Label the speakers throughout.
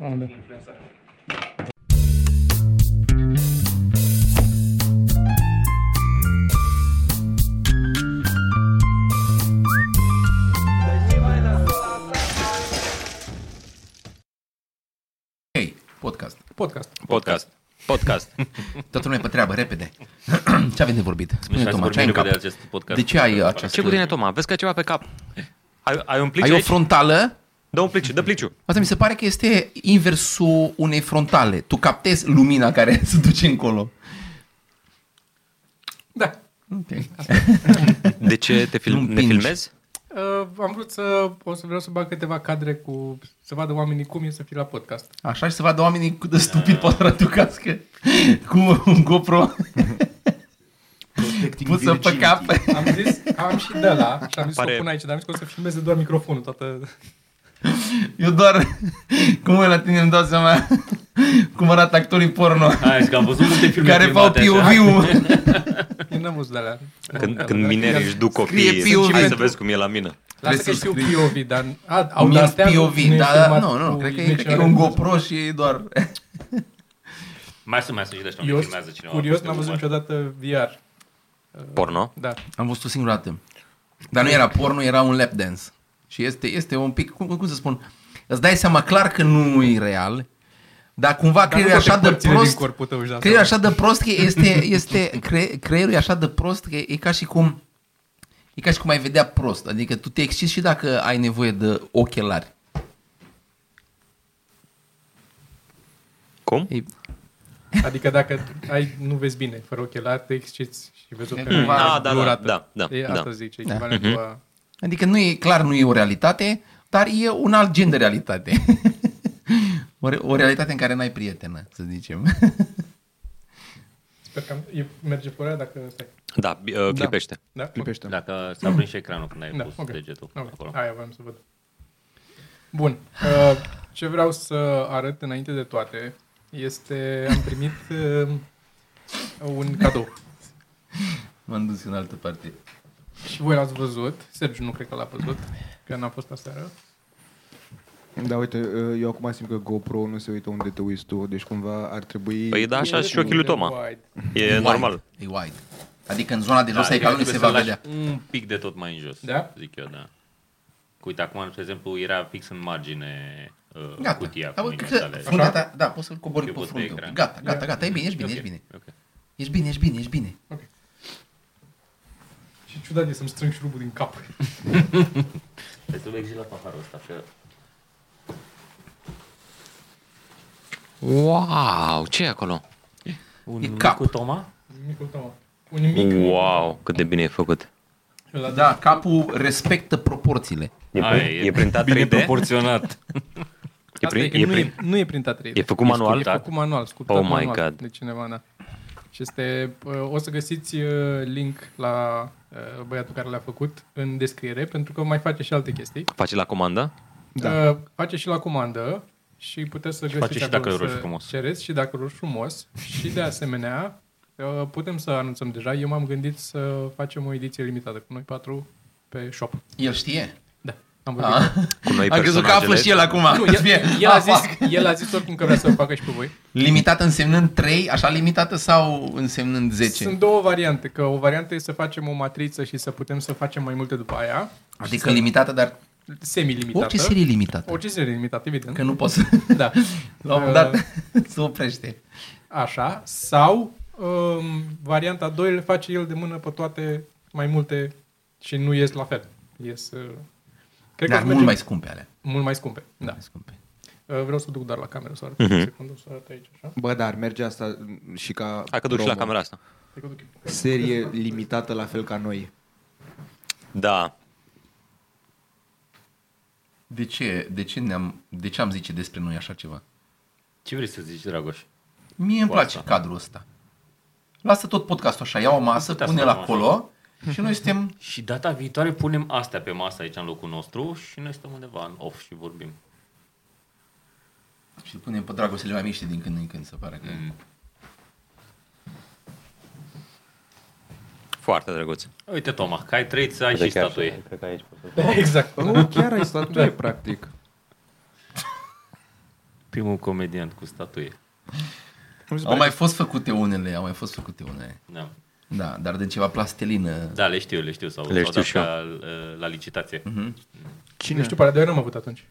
Speaker 1: Anladım.
Speaker 2: influencer.
Speaker 3: Ei, podcast.
Speaker 1: Podcast.
Speaker 4: Podcast. Podcast.
Speaker 3: Toată lumea pe treabă, repede. ce avem de vorbit? Spune,
Speaker 4: Mișca Păi
Speaker 3: Toma, ce
Speaker 4: să vorbim
Speaker 3: ai în
Speaker 4: repede
Speaker 3: cap?
Speaker 4: de acest podcast.
Speaker 3: De ce ai această...
Speaker 4: Ce cu tine, Toma? Vezi că ai ceva pe cap. Eh, Ai, ai un plici
Speaker 3: Ai o
Speaker 4: aici?
Speaker 3: frontală?
Speaker 4: Dă un pliciu, dă pliciu.
Speaker 3: Asta mi se pare că este inversul unei frontale. Tu captezi lumina care se duce încolo.
Speaker 1: Da.
Speaker 3: Okay.
Speaker 4: De ce te
Speaker 3: Nu
Speaker 4: film, ne
Speaker 3: împingi.
Speaker 4: filmezi?
Speaker 1: Uh, am vrut să, o să vreau să bag câteva cadre cu, să vadă oamenii cum e să fii la podcast.
Speaker 3: Așa și să vadă oamenii cât de stupid pot arăta cască cu un GoPro pusă pe cap.
Speaker 1: Am zis, am și de la, și am zis Pare...
Speaker 4: Pare-
Speaker 1: să o pun aici, dar am zis că o să filmeze doar microfonul toată.
Speaker 3: Eu doar, cum mă uit la tine îmi dau seama cum arată actorii porno
Speaker 4: Ai, că am văzut multe
Speaker 3: care fac POV-ul.
Speaker 1: Eu n-am văzut de la.
Speaker 4: Când, când minerii își duc
Speaker 3: Scrie
Speaker 4: copiii,
Speaker 3: POV.
Speaker 4: hai să vezi cum e la mine.
Speaker 1: Lasă
Speaker 3: Trebuie
Speaker 1: că
Speaker 3: să
Speaker 1: știu POV, dar a, au
Speaker 3: Mie
Speaker 1: de-astea, nu
Speaker 3: POV, da,
Speaker 1: e
Speaker 3: da,
Speaker 1: filmat
Speaker 3: nu, nu,
Speaker 1: cu
Speaker 3: cred că e,
Speaker 1: imagine
Speaker 3: cred că e un
Speaker 1: alea.
Speaker 3: GoPro și e doar...
Speaker 4: Mai sunt, mai sunt și de ăștia,
Speaker 1: Eu sunt curios, n-am văzut niciodată VR.
Speaker 4: Porno?
Speaker 1: Da.
Speaker 3: Am văzut o singură dată. Dar nu era porno, era un lap dance. Și este, este un pic, cum, cum să spun, îți dai seama clar că nu e real, dar cumva
Speaker 1: Dar nu
Speaker 3: creierul e așa
Speaker 1: toate
Speaker 3: de
Speaker 1: părțile din
Speaker 3: prost,
Speaker 1: corpul tău își dau
Speaker 3: creierul e
Speaker 1: seama.
Speaker 3: așa de prost că este, este cre, creierul e așa de prost că e ca și cum, e ca și cum ai vedea prost. Adică tu te excizi și dacă ai nevoie de ochelari.
Speaker 4: Cum?
Speaker 3: E,
Speaker 1: Adică dacă ai, nu vezi bine, fără ochelari, te exciți și vezi o
Speaker 3: Mm,
Speaker 1: perioadă
Speaker 3: da,
Speaker 4: da, da,
Speaker 1: durată.
Speaker 4: da, da,
Speaker 1: E
Speaker 4: da.
Speaker 1: asta zice, echivalentul a...
Speaker 3: Adică nu e clar, nu e o realitate, dar e un alt gen de realitate. o, re- o realitate în care n-ai prietenă, să zicem.
Speaker 1: Sper că am- e- merge pe ăla dacă stai.
Speaker 4: Da, bi- uh, clipește.
Speaker 1: Da?
Speaker 5: Clipește. Da.
Speaker 4: Dacă s-a prins și ecranul când ai
Speaker 1: Da,
Speaker 4: pus
Speaker 1: ok.
Speaker 4: degetul
Speaker 1: Ok,
Speaker 4: acolo.
Speaker 1: Aia vreau să văd. Bun. Uh, ce vreau să arăt înainte de toate este am primit uh, un cadou.
Speaker 3: M-am dus în altă parte.
Speaker 1: Și voi l-ați văzut. Sergiu nu cred că l-a văzut, că n-a fost aseară.
Speaker 5: da, uite, eu acum simt că GoPro nu se uită unde te uiți tu, deci cumva ar trebui...
Speaker 4: Păi da, așa și ochiul lui Toma.
Speaker 1: Wide.
Speaker 4: E normal.
Speaker 3: E wide. Adică în zona de jos
Speaker 4: Da,
Speaker 3: ai
Speaker 4: cred că
Speaker 3: calului se va
Speaker 4: trebuie să-l
Speaker 3: vedea.
Speaker 4: lași Un pic de tot mai în jos,
Speaker 1: Da?
Speaker 4: zic eu, da. Că Uite, acum, de exemplu, era fix în margine uh,
Speaker 3: Gata.
Speaker 4: cutia
Speaker 3: Da, bă,
Speaker 4: cu mine
Speaker 3: cred că
Speaker 4: tale.
Speaker 3: fruntea ta, da, poți să-l cobori
Speaker 4: Eu
Speaker 3: pe
Speaker 4: pot pe
Speaker 3: frunte.
Speaker 4: ecran.
Speaker 3: Gata, gata, gata, e bine, ești bine,
Speaker 4: Ok,
Speaker 3: ești bine.
Speaker 4: ok.
Speaker 3: Ești bine, ești bine, ești bine.
Speaker 1: Și ciudat e să-mi strâng șurubul din cap.
Speaker 4: Trebuie să-l exila paharul ăsta, că... Wow, ce e acolo? Un
Speaker 3: E cap.
Speaker 4: cu Toma?
Speaker 1: Micul Toma. Un mic.
Speaker 4: Wow, cât de bine e făcut.
Speaker 1: Ăla
Speaker 3: Da, capul respectă proporțiile.
Speaker 4: E, Ai, e, e printat
Speaker 6: bine
Speaker 4: 3D?
Speaker 6: proporționat.
Speaker 4: E,
Speaker 1: Asta
Speaker 4: prin,
Speaker 1: e,
Speaker 4: e,
Speaker 1: că nu,
Speaker 4: prin,
Speaker 1: e, nu e printat 3D.
Speaker 4: e făcut manual?
Speaker 1: E făcut manual, sculptat
Speaker 4: Oh my
Speaker 1: manual
Speaker 4: God.
Speaker 1: de cineva, da. Și este, o să găsiți uh, link la uh, băiatul care l-a făcut în descriere, pentru că mai face și alte chestii.
Speaker 4: Face la comandă?
Speaker 1: Da. Face și la comandă și puteți să găsiți
Speaker 4: face și
Speaker 1: acolo
Speaker 4: dacă e
Speaker 1: să
Speaker 4: roșu frumos.
Speaker 1: cereți și dacă roșu frumos. Și de asemenea, uh, putem să anunțăm deja. Eu m-am gândit să facem o ediție limitată cu noi patru pe shop.
Speaker 3: El știe.
Speaker 1: Da, am vorbit.
Speaker 3: A,
Speaker 4: Cu noi
Speaker 3: am crezut că află
Speaker 4: personajele?
Speaker 3: și el acum. Să
Speaker 1: Nu,
Speaker 3: Ah. fie,
Speaker 1: el, el, a
Speaker 3: "Ah,
Speaker 1: zis,
Speaker 3: fuck."
Speaker 1: el a zis oricum că vrea să o facă și pe voi.
Speaker 3: Limitată însemnând 3, așa limitată sau însemnând 10?
Speaker 1: Sunt două variante, că o variantă e să facem o matriță și să putem să facem mai multe după aia,
Speaker 3: Adică limitată, dar
Speaker 1: semi-limitată.
Speaker 3: orice serie limitată.
Speaker 1: Orice serie limitată, evident.
Speaker 3: Că nu poți să...
Speaker 1: Da.
Speaker 3: La un moment dat se oprește.
Speaker 1: Așa. Sau um, varianta 2 le face el de mână pe toate mai multe și nu ies la fel. Ies, uh, cred
Speaker 3: Dar
Speaker 1: că
Speaker 3: mult mai scumpe alea.
Speaker 1: mult mai scumpe. Da.
Speaker 3: Mai scumpe.
Speaker 1: Uh, vreau să duc doar la cameră să
Speaker 3: Mhm.
Speaker 1: arăt. Uh-huh. Secundă, să arăt aici, așa.
Speaker 5: Bă, dar merge asta și ca...
Speaker 4: Hai că duc și la
Speaker 5: promo.
Speaker 4: camera asta.
Speaker 1: Cred că duc eu.
Speaker 5: Serie limitată la fel ca noi.
Speaker 4: Da.
Speaker 3: De ce, de ce ne-am, de ce am zice despre noi așa ceva?
Speaker 4: Ce vrei să zici, Dragoș?
Speaker 3: Mie îmi
Speaker 4: Cu
Speaker 3: place
Speaker 4: asta.
Speaker 3: cadrul ăsta. Lasă tot podcastul așa, ia o masă,
Speaker 4: Putea să
Speaker 3: pune-l
Speaker 4: luăm așa.
Speaker 3: acolo și noi suntem...
Speaker 4: Și data viitoare punem astea pe masă aici în locul nostru și noi stăm undeva în off și vorbim.
Speaker 3: Și îl punem pe dragostele mai miște din când în când, se pare că... Mm.
Speaker 4: Foarte drăguț. Uite, Toma, că ai trăit să ai și statuie.
Speaker 1: Exact.
Speaker 5: Da. Nu, chiar ai statuie, practic.
Speaker 4: primul comediant cu statuie.
Speaker 3: Au mai fost făcute unele, au mai fost făcute unele.
Speaker 4: Da,
Speaker 3: Da, dar de ceva plastelină.
Speaker 4: da le știu, le știu. Sau,
Speaker 2: Le
Speaker 4: sau
Speaker 2: știu și
Speaker 4: dacă, uh, la licitație.
Speaker 1: Nu
Speaker 2: Cine?
Speaker 1: știu, partea nu am avut atunci.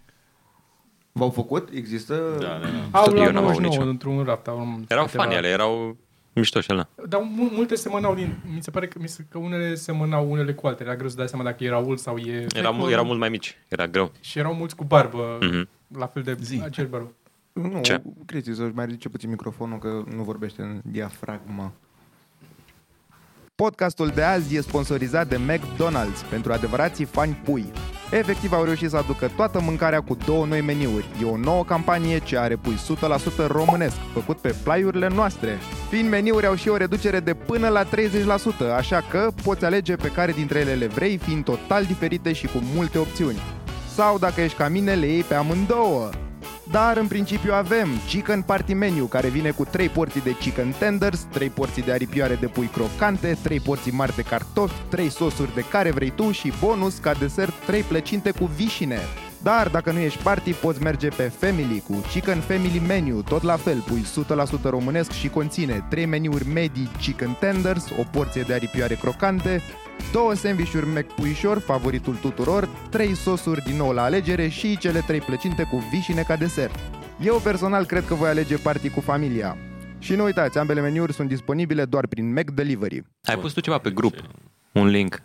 Speaker 5: V-au făcut? Există?
Speaker 4: Da, da, da.
Speaker 1: Au
Speaker 2: eu
Speaker 1: la
Speaker 2: n-am avut
Speaker 1: 99
Speaker 2: nicio.
Speaker 1: într-un raft. Au
Speaker 2: Erau
Speaker 1: câteva-
Speaker 2: fani ale, erau mișto și alea.
Speaker 1: Dar mu- multe semănau din... Mi se pare că, mi se, că unele semănau unele cu altele. Era greu să dai seama dacă e Raul sau e...
Speaker 2: Era, mu- erau mult mai mici, era greu.
Speaker 1: Și erau mulți cu barbă.
Speaker 2: Mhm.
Speaker 1: La fel de
Speaker 3: Zi.
Speaker 1: acel barbă.
Speaker 5: Nu,
Speaker 2: Ce?
Speaker 5: Cristi, să-și mai ridice puțin microfonul că nu vorbește în diafragmă. Podcastul de azi e sponsorizat de McDonald's pentru adevărații fani pui. Efectiv au reușit să aducă toată mâncarea cu două noi meniuri. E o nouă campanie ce are pui 100% românesc, făcut pe plaiurile noastre. Fiind meniuri au și o reducere de până la 30%, așa că poți alege pe care dintre ele le vrei, fiind total diferite și cu multe opțiuni sau dacă ești ca mine, le iei pe amândouă. Dar în principiu avem Chicken Party Menu, care vine cu 3 porții de chicken tenders, 3 porții de aripioare de pui crocante, 3 porții mari de cartofi, 3 sosuri de care vrei tu și bonus ca desert 3 plăcinte cu vișine. Dar dacă nu ești party, poți merge pe Family cu Chicken Family Menu, tot la fel, pui 100% românesc și conține 3 meniuri medii chicken tenders, o porție de aripioare crocante, două sandvișuri McPuișor, favoritul tuturor, trei sosuri din nou la alegere și cele trei plăcinte cu vișine ca desert. Eu personal cred că voi alege party cu familia. Și nu uitați, ambele meniuri sunt disponibile doar prin Mac Delivery.
Speaker 2: Ai pus tu ceva pe grup, un link.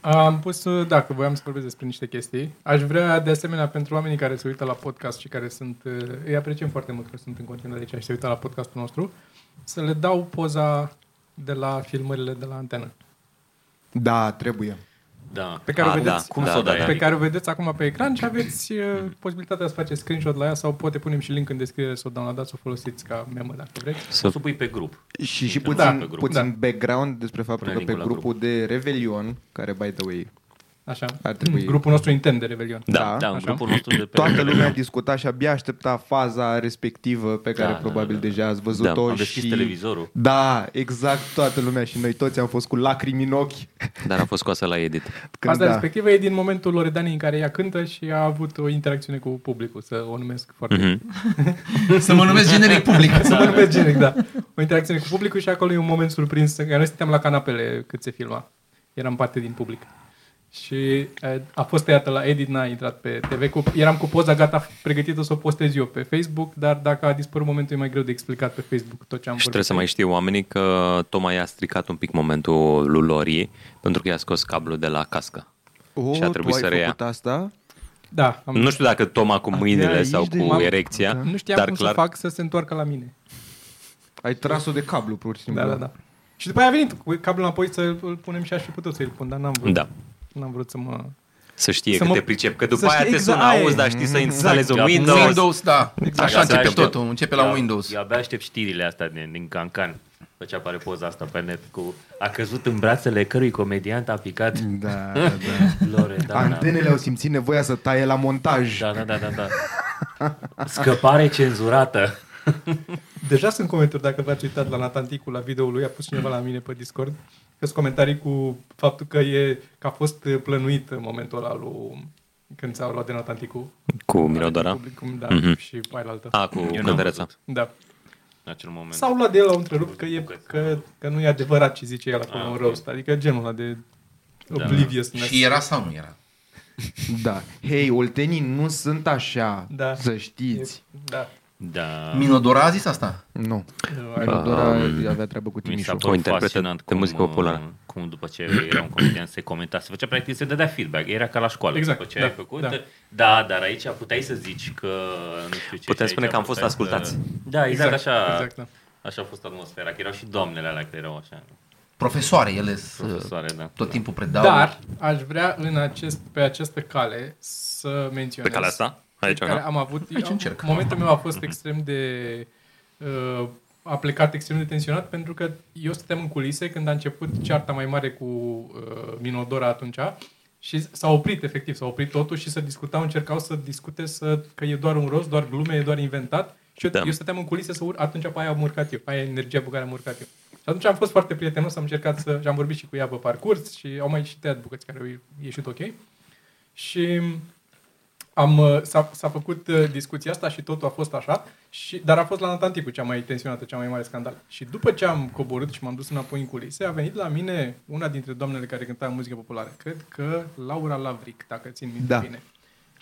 Speaker 1: Am pus, uh, da, că voiam să vorbesc despre niște chestii. Aș vrea, de asemenea, pentru oamenii care se uită la podcast și care sunt, uh, îi apreciem foarte mult că sunt în continuare aici și se uită la podcastul nostru, să le dau poza de la filmările de la antenă.
Speaker 5: Da, trebuie.
Speaker 4: Da.
Speaker 1: Pe care,
Speaker 2: Ah,
Speaker 1: o vedeți,
Speaker 2: da, cum să o dai?
Speaker 1: pe care o vedeți acum pe ecran și aveți uh, posibilitatea să faceți screenshot la ea sau poate punem și link în descriere să o downloadați, să o folosiți ca memă dacă vreți.
Speaker 2: Să
Speaker 4: Să pui pe grup.
Speaker 5: Și, și
Speaker 4: Da,
Speaker 5: puțin,
Speaker 4: pe
Speaker 5: da,
Speaker 4: grup.
Speaker 5: puțin da. background despre faptul
Speaker 4: Pune
Speaker 5: că pe
Speaker 4: linkul la
Speaker 5: grupul de Revelion, care, by the way,
Speaker 1: Așa.
Speaker 5: Ar trebui.
Speaker 1: Grupul nostru intern de Revelion.
Speaker 2: Da,
Speaker 4: Da, în
Speaker 1: Așa.
Speaker 4: grupul nostru de pe...
Speaker 5: toată lumea discuta și abia aștepta faza respectivă pe care
Speaker 4: da,
Speaker 5: da, probabil
Speaker 4: da,
Speaker 5: da,
Speaker 4: da.
Speaker 5: da. deja ați văzut-o
Speaker 2: Da,
Speaker 4: am deschis
Speaker 5: și...
Speaker 4: televizorul.
Speaker 5: Da, exact toată lumea și noi toți am fost cu lacrimi în ochi
Speaker 2: Dar a fost scoasă la edit.
Speaker 5: când
Speaker 1: Asta
Speaker 5: da.
Speaker 1: respectivă e din momentul Loredanii în care ea cântă și a avut o interacțiune cu publicul, să o numesc foarte
Speaker 2: Mhm.
Speaker 1: mm-hmm.
Speaker 3: Să mă numesc generic public.
Speaker 1: Să mă numesc generic, da. O interacțiune cu publicul și acolo e un moment surprins. Că noi stăteam la canapele cât se filma. Eram parte din public. Și eh, a fost tăiată la edit, n-a intrat pe TV. Cu, eram cu poza gata pregătită să o postez eu pe Facebook, dar dacă a dispărut momentul e mai greu de explicat pe Facebook tot ce am
Speaker 2: Și trebuie
Speaker 1: vorbit.
Speaker 2: să mai știe oamenii că Toma i-a stricat un pic momentul lui Lori pentru că i-a scos cablul de la cască.
Speaker 5: Oh,
Speaker 2: și a trebuit
Speaker 5: tu
Speaker 2: să
Speaker 5: ai
Speaker 2: reia.
Speaker 5: făcut asta?
Speaker 1: Da, am, da.
Speaker 2: Nu știu dacă Toma cu mâinile
Speaker 5: aici
Speaker 2: sau
Speaker 5: de-
Speaker 2: cu
Speaker 5: m-am-
Speaker 2: erecția,
Speaker 1: nu știam
Speaker 2: dar
Speaker 1: cum
Speaker 2: clar
Speaker 1: să fac să se întoarcă la mine.
Speaker 5: Ai tras-o de cablu, pur și simplu.
Speaker 1: Da, da, da. Și după aia a venit cu cablul înapoi să îl punem și aș fi putut să-l pun, dar n-am vrut.
Speaker 2: Da.
Speaker 1: N-am vrut să mă...
Speaker 2: să știe
Speaker 1: Să
Speaker 2: că
Speaker 1: mă-
Speaker 2: te pricep. Că
Speaker 1: să
Speaker 2: după aia
Speaker 1: știe
Speaker 2: te
Speaker 1: exact,
Speaker 2: sună,
Speaker 1: aia e.
Speaker 2: auzi, dar știi să instalezi un Windows.
Speaker 3: Windows, da. Așa
Speaker 4: abia
Speaker 3: începe
Speaker 4: aștept.
Speaker 3: totul, începe la
Speaker 4: Eu-
Speaker 3: Windows.
Speaker 4: Eu abia aștept știrile astea din, din Cancan. După ce apare poza asta pe net cu a căzut în brațele cărui comediant a picat
Speaker 5: Da, da, da.
Speaker 4: Loredana.
Speaker 5: Antenele au simțit nevoia să taie la montaj.
Speaker 4: Da, da, da, da, da. Scăpare cenzurată.
Speaker 1: Deja sunt comentarii, dacă v-ați uitat la Natanticu, la videoul lui, a pus cineva la mine pe Discord, că sunt comentarii cu faptul că, e, că a fost uh, plănuit în momentul ăla lui, când s-au luat de Natanticu.
Speaker 2: Cu Mirodora?
Speaker 1: Publicum, da,
Speaker 2: Mhm.
Speaker 1: mm-hmm. și pailaltă.
Speaker 2: A, cu Căldăreța.
Speaker 1: Da,
Speaker 4: În acel moment.
Speaker 1: S-au luat de el, au întrerupt că, e, că, că nu e adevărat ce zice el
Speaker 4: Ah,
Speaker 1: acolo în roast. Adică genul ăla de
Speaker 4: Da.
Speaker 1: oblivious.
Speaker 3: Și era sau nu era?
Speaker 5: da. Hei, oltenii nu sunt așa,
Speaker 1: Da.
Speaker 5: da. să știți.
Speaker 1: Da.
Speaker 4: Da.
Speaker 3: Minodora a zis asta?
Speaker 5: Nu.
Speaker 1: Da.
Speaker 5: Dora avea treabă cu
Speaker 4: Um, Mi s-a
Speaker 5: Timișu.
Speaker 2: O
Speaker 4: părut
Speaker 2: interpretă
Speaker 4: fascinant
Speaker 2: de muzică populară.
Speaker 4: cum după ce era un comedian se comenta, se făcea practic, se dădea feedback, era ca la școală
Speaker 1: Exact,
Speaker 4: după ce
Speaker 1: da,
Speaker 4: ai făcut.
Speaker 1: da.
Speaker 4: Da. da. dar aici puteai să zici că nu știu ce.
Speaker 2: Putem
Speaker 4: și aici
Speaker 2: spune că am fost
Speaker 4: puteai să-
Speaker 2: ascultați.
Speaker 4: Da, exact,
Speaker 1: Exact,
Speaker 4: așa.
Speaker 1: exact, da.
Speaker 4: Așa a fost atmosfera, că erau și doamnele alea care erau așa.
Speaker 3: Profesoare, ele sunt,
Speaker 4: Profesoare, da.
Speaker 3: tot timpul predau.
Speaker 1: Dar aș vrea în acest, pe această cale să menționez...
Speaker 2: Pe calea asta? Aici,
Speaker 1: care
Speaker 2: da?
Speaker 1: am avut...
Speaker 3: Aici
Speaker 1: eu-
Speaker 3: încerc.
Speaker 1: Momentul meu a fost extrem de... Uh, a plecat extrem de tensionat pentru că eu stăteam în culise când a început cearta mai mare cu uh, Minodora atunci și s-a oprit efectiv, s-a oprit totul și să discutau, încercau să discute să, că e doar un rost, doar glume, e doar inventat și eu, da.
Speaker 2: Da.
Speaker 1: eu stăteam în culise să urc, atunci pe aia am urcat eu, aia e energia pe care am urcat eu. Și atunci am fost foarte prietenos, am încercat să, și am vorbit și cu ea pe parcurs și au mai și tăiat bucăți care au ieșit ok. Și am, uh, s-a, s-a făcut uh, discuția asta și totul a fost așa, și, dar a fost la Natanticu cea mai tensionată, cea mai mare scandal. Și după ce am coborât și m-am dus înapoi în culise, a venit la mine una dintre doamnele care cânta muzică populară. Cred că Laura Lavric, dacă țin minte
Speaker 5: Da.
Speaker 1: bine.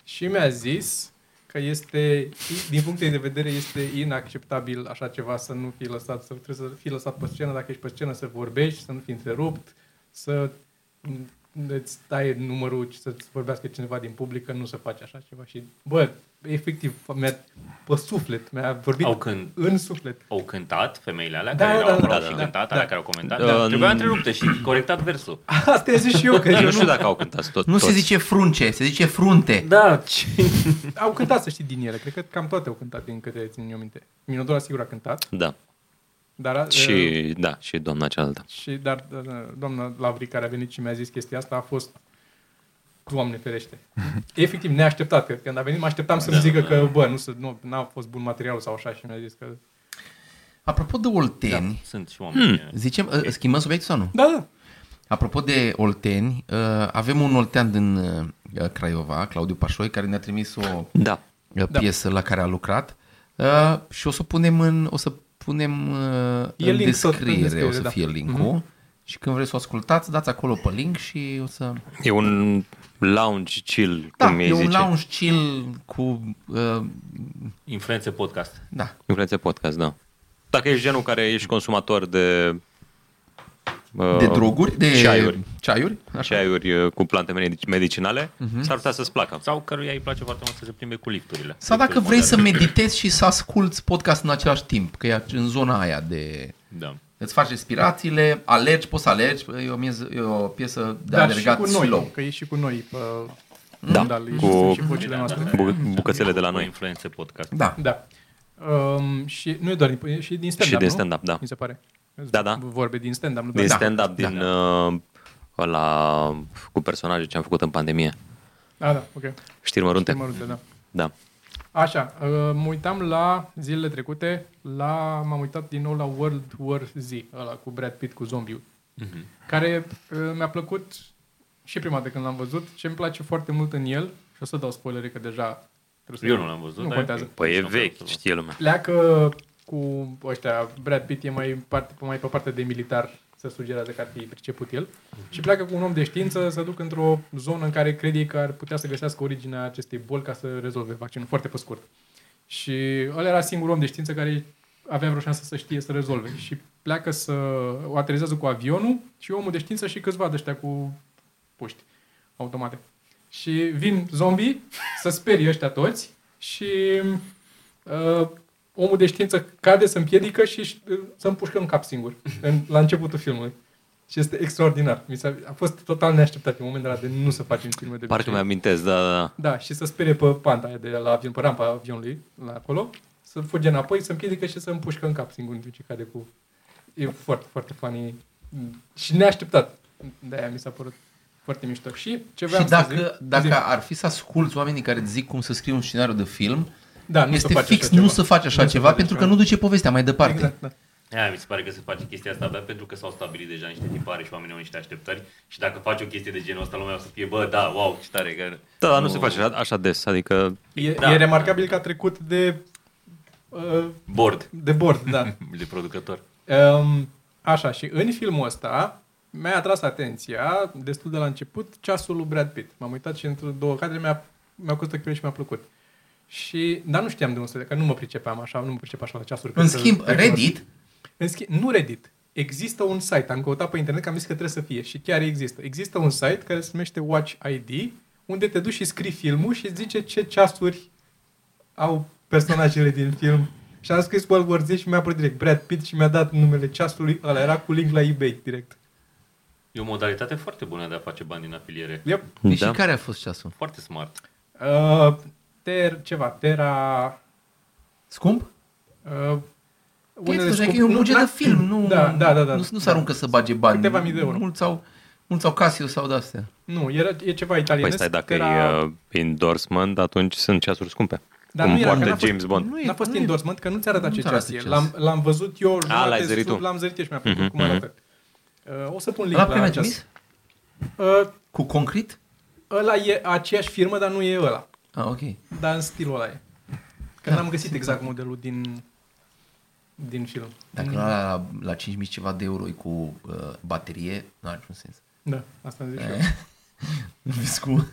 Speaker 1: Și mi-a zis că este, din punct de vedere, este inacceptabil așa ceva să nu fii lăsat, să trebuie să fii lăsat pe scenă, dacă ești pe scenă să vorbești, să nu fii întrerupt, să m, îți taie numărul, și să-ți vorbească cineva din public, că nu se face așa ceva. Și, bă, efectiv, mi-a, pe suflet, mi-a vorbit
Speaker 4: Au când-
Speaker 1: în suflet.
Speaker 4: Au cântat femeile alea
Speaker 1: Da,
Speaker 4: care
Speaker 1: da,
Speaker 4: erau acolo
Speaker 1: da,
Speaker 4: au
Speaker 1: da,
Speaker 4: și
Speaker 1: da,
Speaker 4: cântat,
Speaker 1: da.
Speaker 4: alea care au comentat.
Speaker 2: Da.
Speaker 4: Da.
Speaker 2: Uh,
Speaker 4: Trebuia întreruptă și corectat versul.
Speaker 1: Asta e zis și eu, că
Speaker 2: Eu
Speaker 1: eu
Speaker 2: nu știu
Speaker 1: nu,
Speaker 2: dacă au cântat tot.
Speaker 3: Nu se
Speaker 2: toți.
Speaker 3: zice frunce, se zice frunte.
Speaker 4: Da, ce...
Speaker 1: au cântat, să știi, din ele. Cred că cam toate au cântat, din câte țin eu minte. Minodora sigur a cântat,
Speaker 2: Da.
Speaker 1: dar... a- uh,
Speaker 2: Și, da, și doamna cealaltă.
Speaker 1: Și, dar uh, doamna Lavri care a venit și mi-a zis chestia asta a fost Doamne ferește. Efectiv, neașteptat. Că când a venit, mă așteptam
Speaker 2: Da.
Speaker 1: să-mi zică că, bă, nu, se- nu a fost bun materialul sau așa și mi-a zis că...
Speaker 3: Apropo de olteni,
Speaker 4: Sunt și oameni. Hmm.
Speaker 3: zicem, uh, schimbăm subiectul sau nu?
Speaker 1: Da, da.
Speaker 3: Apropo de olteni, uh, avem un oltean din uh, Craiova, Claudiu Pașoi, care ne-a trimis o
Speaker 2: Da.
Speaker 3: uh, piesă la care a lucrat uh, și o să o punem în, o să punem uh,
Speaker 1: E
Speaker 3: în,
Speaker 1: link tot în
Speaker 3: descriere, o să
Speaker 1: descriere, da.
Speaker 3: fie linkul. Și când vreți să o ascultați, dați acolo pe link și o să...
Speaker 2: E un lounge chill,
Speaker 3: Da,
Speaker 2: cum ei
Speaker 3: e un
Speaker 2: zice.
Speaker 3: lounge chill cu... Uh,
Speaker 4: Influențe podcast.
Speaker 3: da,
Speaker 2: Influențe podcast, da. Dacă ești genul care ești consumator de... uh,
Speaker 1: Ehm,
Speaker 3: de droguri, de
Speaker 2: ceaiuri.
Speaker 3: ceaiuri așa.
Speaker 2: Ceaiuri uh, cu plante medic- medicinale, s-ar putea să-ți placă.
Speaker 4: Sau căruia îi place foarte mult să se plimbe cu lifturile.
Speaker 3: Sau dacă
Speaker 4: Liftul
Speaker 3: vrei
Speaker 1: da.
Speaker 3: să
Speaker 4: modern.
Speaker 3: meditezi și să asculti podcast în același timp, că e în zona aia de...
Speaker 4: Da.
Speaker 3: Îți faci respirațiile, alergi, poți să alergi, e o, miez, e o piesă de
Speaker 1: Dar Da, și
Speaker 3: alergat
Speaker 1: cu noi,
Speaker 3: slow.
Speaker 1: că e și cu noi pe...
Speaker 2: Da,
Speaker 1: fundal, e
Speaker 2: cu-
Speaker 1: și- și vocile noastre.
Speaker 2: Bu- bucățele de la
Speaker 4: Cu
Speaker 2: noi.
Speaker 4: Influențe podcast.
Speaker 3: Da.
Speaker 1: Da. Um, și nu e doar din, e și din stand-up,
Speaker 2: Și din
Speaker 1: nu?
Speaker 2: stand-up, da.
Speaker 1: Mi se pare.
Speaker 2: Da, da.
Speaker 1: Vorbe din stand-up, nu
Speaker 2: Din
Speaker 1: doar-
Speaker 2: stand-up, din uh, ăla cu personaje ce am făcut în pandemie.
Speaker 1: Da, da, ok.
Speaker 2: Știri mărunte.
Speaker 1: Mărunte, da.
Speaker 2: Da.
Speaker 1: Așa, uh, mă uitam la zilele trecute, la, m-am uitat din nou la World War Z, ăla cu Brad Pitt cu zombiul, mm-hmm. care uh, mi-a plăcut și prima de când l-am văzut. Ce îmi place foarte mult în el, și o să dau spoilere că deja trebuie
Speaker 4: Eu nu l-am văzut,
Speaker 1: Nu
Speaker 4: dar
Speaker 1: contează.
Speaker 2: Păi e
Speaker 4: Nu vreau să
Speaker 2: vechi,
Speaker 4: văd.
Speaker 2: știe lumea.
Speaker 1: Pleacă cu ăștia, Brad Pitt e mai, parte, mai pe partea de militar, să sugerează că ar fi priceput el, și pleacă cu un om de știință să duc într-o zonă în care crede că ar putea să găsească originea acestei boli ca să rezolve vaccinul, foarte pe scurt. Și ăla era singurul om de știință care avea vreo șansă să știe să rezolve. Și pleacă să o aterizează cu avionul și omul de știință și câțiva de ăștia cu puști automate. Și vin zombii să sperie ăștia toți și uh, omul de știință cade, se împiedică și uh, se împușcă în cap singur în, la începutul filmului. Și este extraordinar. Mi s-a, a fost total neașteptat în momentul ăla de nu să facem filme de
Speaker 2: Parcă
Speaker 1: obicei.
Speaker 2: mi-amintesc, da, da, da.
Speaker 1: Da, și să spere pe panta aia de la avion, pe rampa avionului, la acolo, să fuge înapoi, să împiedică și să împușcă în cap singur în timp ce cade cu... E foarte, foarte funny și neașteptat. De-aia mi s-a părut foarte mișto. Și ce
Speaker 3: Și
Speaker 1: vreau să zic...
Speaker 3: dacă,
Speaker 1: zi.
Speaker 3: dacă ar fi să asculți oamenii care îți zic cum să scrii un scenariu de film,
Speaker 1: da, nu se
Speaker 3: este
Speaker 1: face
Speaker 3: fix
Speaker 1: așa ceva.
Speaker 3: nu să faci așa
Speaker 1: Nu se
Speaker 3: ceva
Speaker 1: face
Speaker 3: pentru că nu duce povestea mai departe.
Speaker 1: Exact, da.
Speaker 4: Aia mi se pare că se face chestia asta, dar pentru că s-au stabilit deja niște tipare și oamenii au niște așteptări și dacă faci o chestie de genul ăsta, lumea o să fie, bă, da, wow, ce tare, că...
Speaker 2: Da, dar nu se face așa- așa des, adică
Speaker 1: E,
Speaker 4: Da.
Speaker 1: da. e remarcabil că a trecut de... uh,
Speaker 4: Board
Speaker 1: De bord, da.
Speaker 4: de producător.
Speaker 1: Um, așa, și în filmul ăsta mi-a atras atenția, destul de la început, ceasul lui Brad Pitt. M-am uitat și într două cadre mi-a, mi-a costat și mi-a plăcut. Și, dar nu știam de unde să că nu mă pricepeam așa, nu mă pricep așa la ceasuri.
Speaker 3: În
Speaker 1: că-
Speaker 3: schimb,
Speaker 1: că-
Speaker 3: Reddit,
Speaker 1: În schimb, nu Reddit. Există un site, am căutat pe internet că am zis că trebuie să fie și chiar există. Există un site care se numește Watch ID, unde te duci și scrii filmul și îți zice ce ceasuri au personajele din film. Și am scris World War Z și mi-a apărut direct Brad Pitt și mi-a dat numele ceasului, ăla era cu link la eBay direct.
Speaker 4: E o modalitate foarte bună de a face bani din afiliere.
Speaker 1: Yep.
Speaker 3: da.
Speaker 2: Da.
Speaker 3: și care a fost ceasul?
Speaker 4: Foarte smart.
Speaker 1: Uh, ter, ceva, Terra...
Speaker 3: Scump?
Speaker 1: Uh,
Speaker 3: Unele
Speaker 1: scop-
Speaker 3: Păi, că e un
Speaker 1: nu-
Speaker 3: buget de
Speaker 1: n-a-
Speaker 3: film, nu,
Speaker 1: Da, da, da, da.
Speaker 3: nu, nu se aruncă să bage bani.
Speaker 1: Câteva mii de euro.
Speaker 3: Mulți au, mulți au Casio sau de-astea.
Speaker 1: Nu, era, e ceva
Speaker 2: Păi
Speaker 1: italianesc.
Speaker 2: stai, dacă
Speaker 1: Terra-
Speaker 2: e uh, endorsement, atunci sunt ceasuri scumpe.
Speaker 1: Dar
Speaker 2: Cum
Speaker 1: nu era, că
Speaker 2: poate
Speaker 1: n-a fost-
Speaker 2: James Bond.
Speaker 3: nu
Speaker 1: N-a fost endorsement, că nu-ți arăta
Speaker 3: nu
Speaker 1: ce
Speaker 3: ți arată
Speaker 1: ceas e.
Speaker 3: ceas.
Speaker 1: L-am, l-am văzut eu jumătate
Speaker 2: Ah, l-ai Mhm, zărit
Speaker 1: sub,
Speaker 2: tu.
Speaker 1: l-am zărit eu și mi-a plăcut cum arată. Uh, o să pun link
Speaker 3: Ăla pe
Speaker 1: la,
Speaker 3: care mi-a
Speaker 1: ceas.
Speaker 3: trimis?
Speaker 1: Uh,
Speaker 3: Cu concret?
Speaker 1: ăla e aceeași firmă, dar nu e ăla.
Speaker 3: Ah, ok.
Speaker 1: Dar în stilul ăla e. Că n-am găsit exact modelul din, din film.
Speaker 3: Dacă nu era la, la 5.000 ceva de euro e cu uh, baterie, nu are niciun sens.
Speaker 1: Da, asta am zis și eu.
Speaker 3: Vezi cum?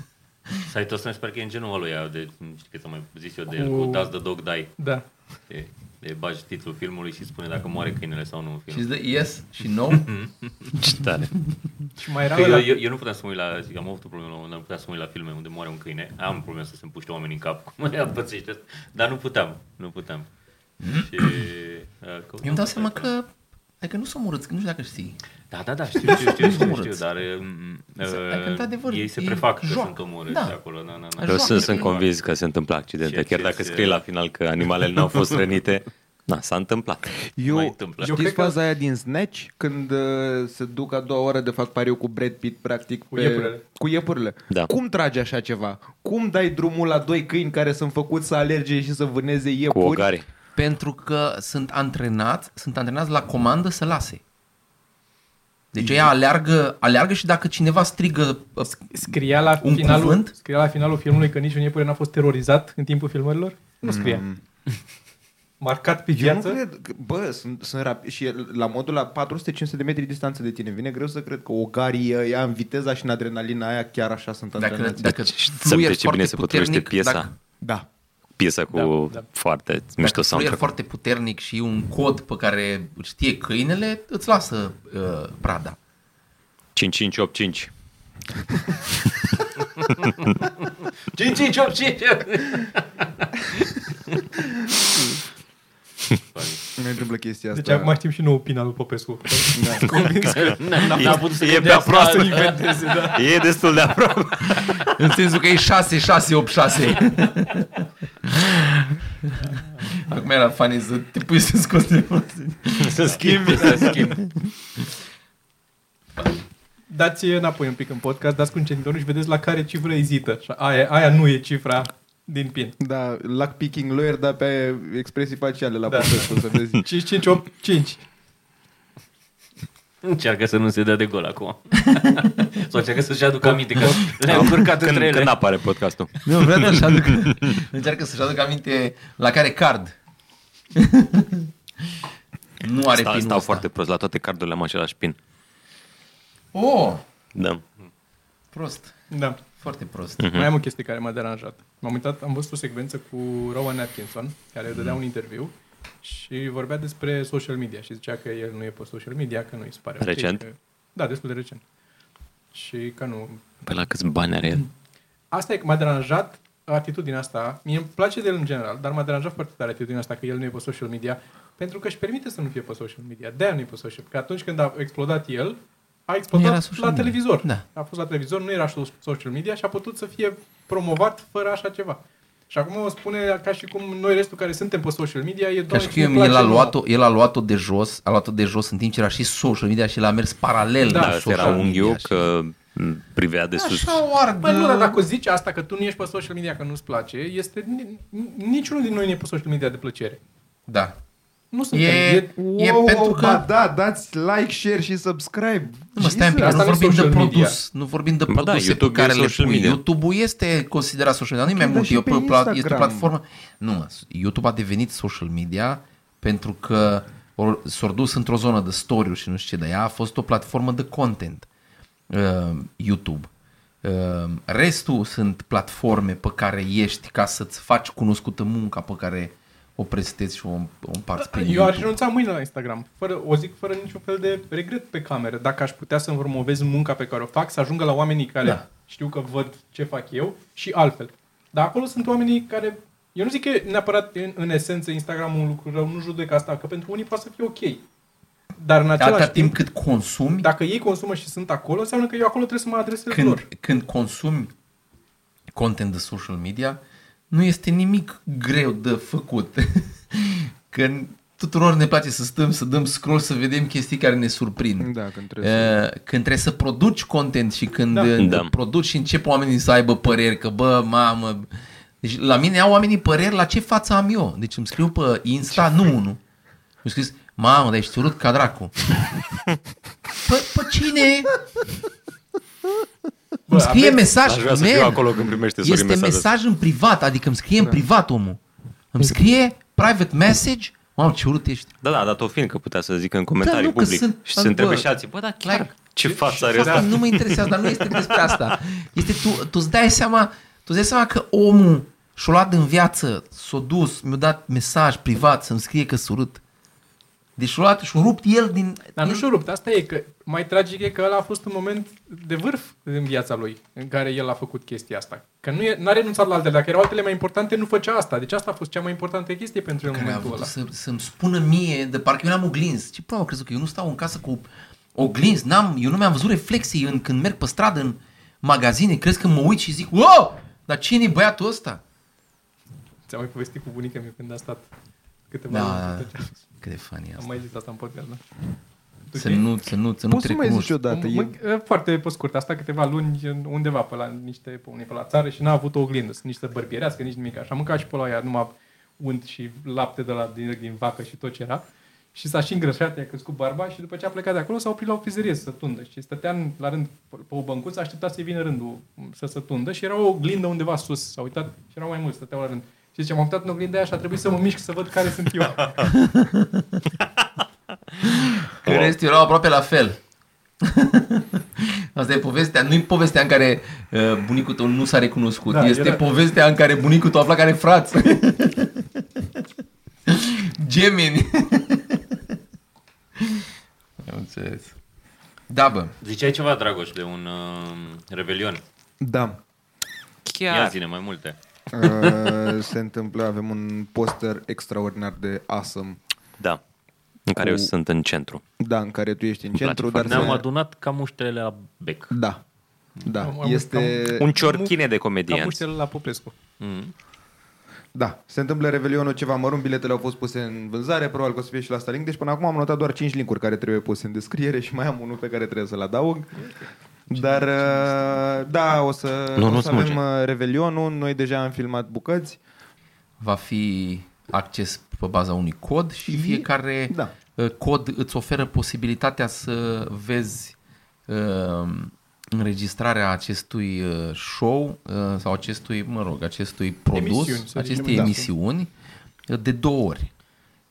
Speaker 4: Site-ul ăsta mi se pare că e în genul ăluia, de, nu știu cât am mai zis eu de el,
Speaker 1: Cu-
Speaker 4: cu Does the Dog Die.
Speaker 1: Da.
Speaker 4: E, e bagi titlul filmului și spune dacă moare câinele sau nu în
Speaker 3: Și
Speaker 4: film.
Speaker 3: îți dă yes și no.
Speaker 2: Ce tare.
Speaker 1: Și mai era
Speaker 4: Că eu,
Speaker 1: ăla,
Speaker 4: eu, eu, nu puteam să mă uit la, zic, am avut o problemă la un moment dat, nu puteam să mă uit la filme unde moare un câine. Am probleme să se împuște oamenii în cap, cum le pățește, dar nu puteam, nu puteam. și, uh,
Speaker 3: Eu îmi dau seama că Adică nu sunt urâți, că nu știu dacă știi.
Speaker 4: Da, da, da, știu, știu, știu, știu, știu
Speaker 3: omorâți.
Speaker 4: dar mm,
Speaker 3: Adică,
Speaker 4: uh,
Speaker 3: într-adevăr,
Speaker 4: ei se
Speaker 3: ei
Speaker 4: prefac că
Speaker 3: joacă.
Speaker 4: sunt omorâți
Speaker 3: Da.
Speaker 4: acolo. Da, da, da.
Speaker 2: Eu
Speaker 3: Joacă
Speaker 2: sunt, sunt
Speaker 3: cineva.
Speaker 2: convins că se întâmplă accidente,
Speaker 4: Ce-
Speaker 2: chiar
Speaker 4: ce
Speaker 2: dacă
Speaker 4: se-
Speaker 2: scrie la final că animalele n-au fost rănite. Na, s-a întâmplat.
Speaker 5: Eu,
Speaker 4: mai întâmplă.
Speaker 1: Eu
Speaker 5: știți
Speaker 1: cred că-
Speaker 5: faza aia din Snatch? Când uh, se duc a doua oră de fac pariu cu Brad Pitt, practic, cu,
Speaker 1: iepurele.
Speaker 5: cu iepurile.
Speaker 2: Da.
Speaker 5: Cum tragi așa ceva? Cum dai drumul la doi câini care sunt făcuți să alerge și să vâneze
Speaker 2: Cu
Speaker 5: iepuri?
Speaker 2: o gare.
Speaker 3: Pentru că sunt antrenați, sunt antrenați la comandă să lase. Deci ea aleargă, aleargă și dacă cineva strigă uh,
Speaker 1: scria la,
Speaker 3: Un
Speaker 1: finalul,
Speaker 3: cuvânt?
Speaker 1: scria la finalul filmului că niciun iepure n-a fost terorizat în timpul filmărilor? Nu scria.
Speaker 2: Mm.
Speaker 1: Marcat pe
Speaker 5: Eu nu
Speaker 1: viață?
Speaker 5: cred, că- bă, sunt, sunt rapid și el, la modul la 400-500 de metri distanță de tine. Vine greu să cred că ogarii ăia în viteza și în adrenalina aia chiar așa sunt
Speaker 3: dacă,
Speaker 5: antrenați.
Speaker 3: dacă
Speaker 2: Deci,
Speaker 3: fluier
Speaker 2: să vedeți ce
Speaker 3: foarte
Speaker 2: bine se potrivește
Speaker 3: puternic,
Speaker 2: piesa.
Speaker 3: Dacă,
Speaker 5: Da.
Speaker 2: Piesa cu
Speaker 1: Da, da.
Speaker 2: foarte
Speaker 3: dacă
Speaker 2: mișto
Speaker 3: fluier
Speaker 2: soundtrack.
Speaker 3: foarte puternic și un cod pe care îl știe câinele, îți lasă uh, prada.
Speaker 2: 5585.
Speaker 4: 5, 5, 8, 5!
Speaker 5: Nu întâmplă chestia asta.
Speaker 1: Deci acum știm și nouă pina lui Popescu. Da. Convins că
Speaker 4: N-am putut să
Speaker 2: e
Speaker 4: gândească
Speaker 2: prea proastă.
Speaker 1: să
Speaker 4: altfel.
Speaker 1: inventeze, da.
Speaker 2: E destul de aproape.
Speaker 3: În sensul că e 6, 6, 8, 6. Acum era funny să te pui să scoți de
Speaker 2: Să schimb.
Speaker 4: Să schimb.
Speaker 1: Dați înapoi un pic în podcast, dați cu încetitorii și vedeți la care cifră ezită. Și Aia, aia nu e cifra din pin.
Speaker 5: Da, luck picking lawyer, dar pe expresii faciale la
Speaker 1: Da.
Speaker 5: da. profesor, să vezi.
Speaker 1: 5, 5, 8, 5.
Speaker 4: Încearcă să nu se dea de gol acum. Sau încearcă să-și aducă aminte că
Speaker 3: da.
Speaker 4: le-a încurcat
Speaker 2: Când,
Speaker 4: între ele.
Speaker 2: când apare podcastul?
Speaker 3: Nu, vreau să-și aducă, încearcă să-și aducă aminte la care card. nu are
Speaker 2: Stau,
Speaker 3: pinul
Speaker 2: stau
Speaker 3: ăsta.
Speaker 2: foarte prost. La toate cardurile am același pin.
Speaker 3: Oh,
Speaker 2: Da.
Speaker 3: prost.
Speaker 1: Da.
Speaker 3: Foarte prost.
Speaker 1: Mm-hmm. Mai am o chestie care m-a deranjat. M-am uitat, am văzut o secvență cu Rowan Atkinson, care dădea un interviu și vorbea despre social media și zicea că el nu e pe social media, că nu îi se pare ok,
Speaker 2: Recent?
Speaker 1: Că... Da, destul de recent. Și că nu...
Speaker 2: Pe Păi la câți bani are el?
Speaker 1: Asta e că m-a deranjat atitudinea asta. Mie îmi place de el în general, dar m-a deranjat foarte tare atitudinea asta că el nu e pe social media, pentru că își permite să nu fie pe social media. De-aia nu e pe social Că atunci când a explodat el, a
Speaker 3: Nu era
Speaker 1: explodat
Speaker 3: social
Speaker 1: la
Speaker 3: media.
Speaker 1: televizor.
Speaker 3: Da.
Speaker 1: A fost la televizor, nu era so- social media și a putut să fie promovat fără așa ceva. Și acum o spune ca și cum noi restul care suntem pe social media e
Speaker 3: Ca
Speaker 1: doar
Speaker 3: și cum el a, luat-o, el a luat-o de jos, a luat-o de jos în timp ce era și social media și el a mers paralel
Speaker 1: Da,
Speaker 3: la
Speaker 2: Da,
Speaker 3: social
Speaker 2: era unghiul
Speaker 3: media și-
Speaker 2: că privea de sus.
Speaker 3: Așa o ardă.
Speaker 1: Băi, Păi nu, dar dacă o zici asta că tu nu ești pe social media, că nu-ți place, este ni- ni- niciunul din noi nu e pe social media de plăcere.
Speaker 3: Da.
Speaker 1: Nu suntem.
Speaker 3: E-
Speaker 1: e
Speaker 5: Wow,
Speaker 3: E pentru
Speaker 5: ba
Speaker 3: că-
Speaker 5: da, dați like, share și subscribe.
Speaker 3: Nu, mă, stai un pic,
Speaker 1: Asta
Speaker 3: nu
Speaker 1: nu e
Speaker 3: vorbim de
Speaker 1: social
Speaker 3: produs,
Speaker 1: media.
Speaker 3: nu vorbim de
Speaker 2: Ba da,
Speaker 3: produse pe
Speaker 2: YouTube e
Speaker 3: care le
Speaker 2: social
Speaker 3: pui.
Speaker 2: media.
Speaker 3: YouTube-ul este considerat social media, nu e mai
Speaker 5: Dar
Speaker 3: mult,
Speaker 5: și
Speaker 3: e o,
Speaker 5: pe
Speaker 3: pla- pla- este o
Speaker 5: Instagram.
Speaker 3: platformă. Nu, mă, YouTube a devenit social media pentru că or- s-a dus într-o zonă de story și nu știu ce de ea, a fost o platformă de content uh, YouTube. Uh, restul sunt platforme pe care ești ca să-ți faci cunoscută munca pe care o prestezi și o, o împarți prin
Speaker 1: Eu aș
Speaker 3: YouTube.
Speaker 1: renunța mâine la Instagram. Fără, o zic fără niciun fel de regret pe cameră. Dacă aș putea să-mi promovez munca pe care o fac, să ajungă la oamenii care
Speaker 3: Da.
Speaker 1: da. știu că văd ce fac eu și altfel. Dar acolo sunt oamenii care... Eu nu zic că e neapărat în, în esență Instagram un lucru rău, nu judec asta, că pentru unii poate să fie ok. Dar în același
Speaker 3: Atâta
Speaker 1: timp,
Speaker 3: timp cât consumi,
Speaker 1: dacă ei consumă și sunt acolo, înseamnă că eu acolo trebuie să mă adresez Când?
Speaker 3: când,
Speaker 1: lor.
Speaker 3: când consumi content de social media, nu este nimic greu de făcut. Că tuturor ne place să stăm, să dăm scroll, să vedem chestii care ne surprind.
Speaker 5: Da, când trebuie să...
Speaker 3: Uh, Când trebuie să produci content și când
Speaker 1: Da.
Speaker 3: uh,
Speaker 2: Da.
Speaker 3: produci și încep oamenii să aibă păreri că bă, mamă... Deci la mine au oamenii păreri la ce față am eu. Deci îmi scriu pe Insta, nu unul. Mi-a scris, mamă, dar ești urât ca Păi, dracu. Pă, pe cine? Îmi scrie
Speaker 1: aveți-
Speaker 3: mesaj,
Speaker 2: Aș vrea să fiu
Speaker 3: man.
Speaker 2: acolo când primește Sorin
Speaker 3: Este
Speaker 2: mesajul ăsta.
Speaker 3: mesaj în privat, adică îmi
Speaker 1: Da.
Speaker 3: scrie în privat omul. Îmi
Speaker 1: Exact.
Speaker 3: scrie private message, mamă ce urât ești.
Speaker 2: Da, da, dar tot fiind că putea să zică în comentarii
Speaker 3: nu, că
Speaker 2: public
Speaker 3: sunt-
Speaker 2: și se întrebe
Speaker 3: bă,
Speaker 2: și alții, bă,
Speaker 4: da,
Speaker 2: da, dar chiar
Speaker 3: like,
Speaker 2: ce față are
Speaker 3: Și asta
Speaker 2: ăsta?
Speaker 3: nu mă interesează, dar nu este despre asta. Este tu, tu îți dai seama, tu îți dai seama că omul și-o luat în viață, s-a dus, mi-a dat mesaj privat să-mi scrie că surât. Deci și-a luat, și-a rupt el din...
Speaker 1: Dar nu
Speaker 3: el-
Speaker 1: și-o rupt, asta e, că mai tragic e că ăla a fost un moment de vârf în viața lui, în care el a făcut chestia asta. Că nu e, n-a renunțat la altele, dacă erau altele mai importante, nu făcea asta. Deci asta a fost cea mai importantă chestie pentru el în
Speaker 3: care a
Speaker 1: momentul
Speaker 3: vrut
Speaker 1: ăla.
Speaker 3: să, să-mi spună mie, de parcă eu n-am oglinzi. Ce problemă crezut că eu nu stau în casă cu oglinzi? N-am, eu nu mi-am văzut reflexii în, când merg pe stradă în magazine, crezi că mă uit și zic, wow, dar cine e băiatul ăsta?
Speaker 1: Ți-am mai povestit cu bunica mea când a stat câteva
Speaker 3: Da,
Speaker 1: luni.
Speaker 3: cât de funny e
Speaker 1: Am
Speaker 3: asta.
Speaker 1: mai zis asta în podcast, da. Tu
Speaker 3: Să
Speaker 1: știi?
Speaker 3: nu, să nu, să nu
Speaker 5: Poți să
Speaker 3: trec
Speaker 5: mai zici
Speaker 3: nu
Speaker 5: odată.
Speaker 1: Mă-
Speaker 5: Da, E...
Speaker 1: mă- Foarte pe scurt, asta câteva luni în- undeva pe la niște pe, unii, pe la țară și n-a avut o oglindă, să- nici să bărbierească, nici nimic. Așa mâncat și pe la ea numai unt și lapte de la direct din vacă și tot ce era. Și s-a și îngrășat, i-a crescut barba și după ce a plecat de acolo s-a oprit la o frizerie să se tundă. Și stătea în- la rând pe pe o băncuță, aștepta să-i vină rândul să se tundă și era o oglindă undeva sus. S-a uitat și erau mai mulți, stăteau la rând. Și zice, m-am uitat în oglinda aia și a trebuit să mă mișc să văd care sunt eu.
Speaker 3: În rest erau aproape la fel. Asta e povestea, nu e povestea în care uh, bunicul tău nu s-a recunoscut,
Speaker 1: Da,
Speaker 3: da, este
Speaker 1: era-
Speaker 3: era... povestea în care bunicul tău afla care e frață. Gemini. Am înțeles. Da, bă.
Speaker 4: Ziceai ceva, Dragoș, de un uh, revelion.
Speaker 5: Da.
Speaker 4: Ia
Speaker 2: Chiar.
Speaker 4: zine mai multe.
Speaker 5: Uh, se întâmplă, avem un poster extraordinar de awesome.
Speaker 2: Da. În care eu sunt în centru.
Speaker 5: Da, în care tu ești în
Speaker 2: place
Speaker 5: centru, dar
Speaker 2: foarte
Speaker 4: Ne-am
Speaker 5: se-
Speaker 4: adunat ca muștele la bec.
Speaker 5: Da. Da,
Speaker 1: Am- am-
Speaker 5: este...
Speaker 2: Un ciorchine de comedian.
Speaker 1: Capuștele la Popescu.
Speaker 5: Da, se întâmplă Revelionul ceva mărunt, biletele au fost puse în vânzare, probabil că o să fie și la asta link. Deci până acum am notat doar 5 linkuri care trebuie puse în descriere și mai am unul pe care trebuie să-l adaug. Dar uh, da, o să,
Speaker 2: Nu,
Speaker 5: o
Speaker 2: nu
Speaker 5: să
Speaker 2: smulge.
Speaker 5: avem uh, Revelionul, noi deja am filmat bucăți.
Speaker 3: Va fi acces pe baza unui cod și fiecare
Speaker 5: Da.
Speaker 3: uh, cod îți oferă posibilitatea să vezi uh, înregistrarea acestui uh, show uh, sau acestui, mă rog, acestui produs,
Speaker 1: Emisiuni, să
Speaker 3: emisiuni,
Speaker 1: zicem,
Speaker 3: acestei
Speaker 5: da.
Speaker 3: emisiuni uh, de două ori.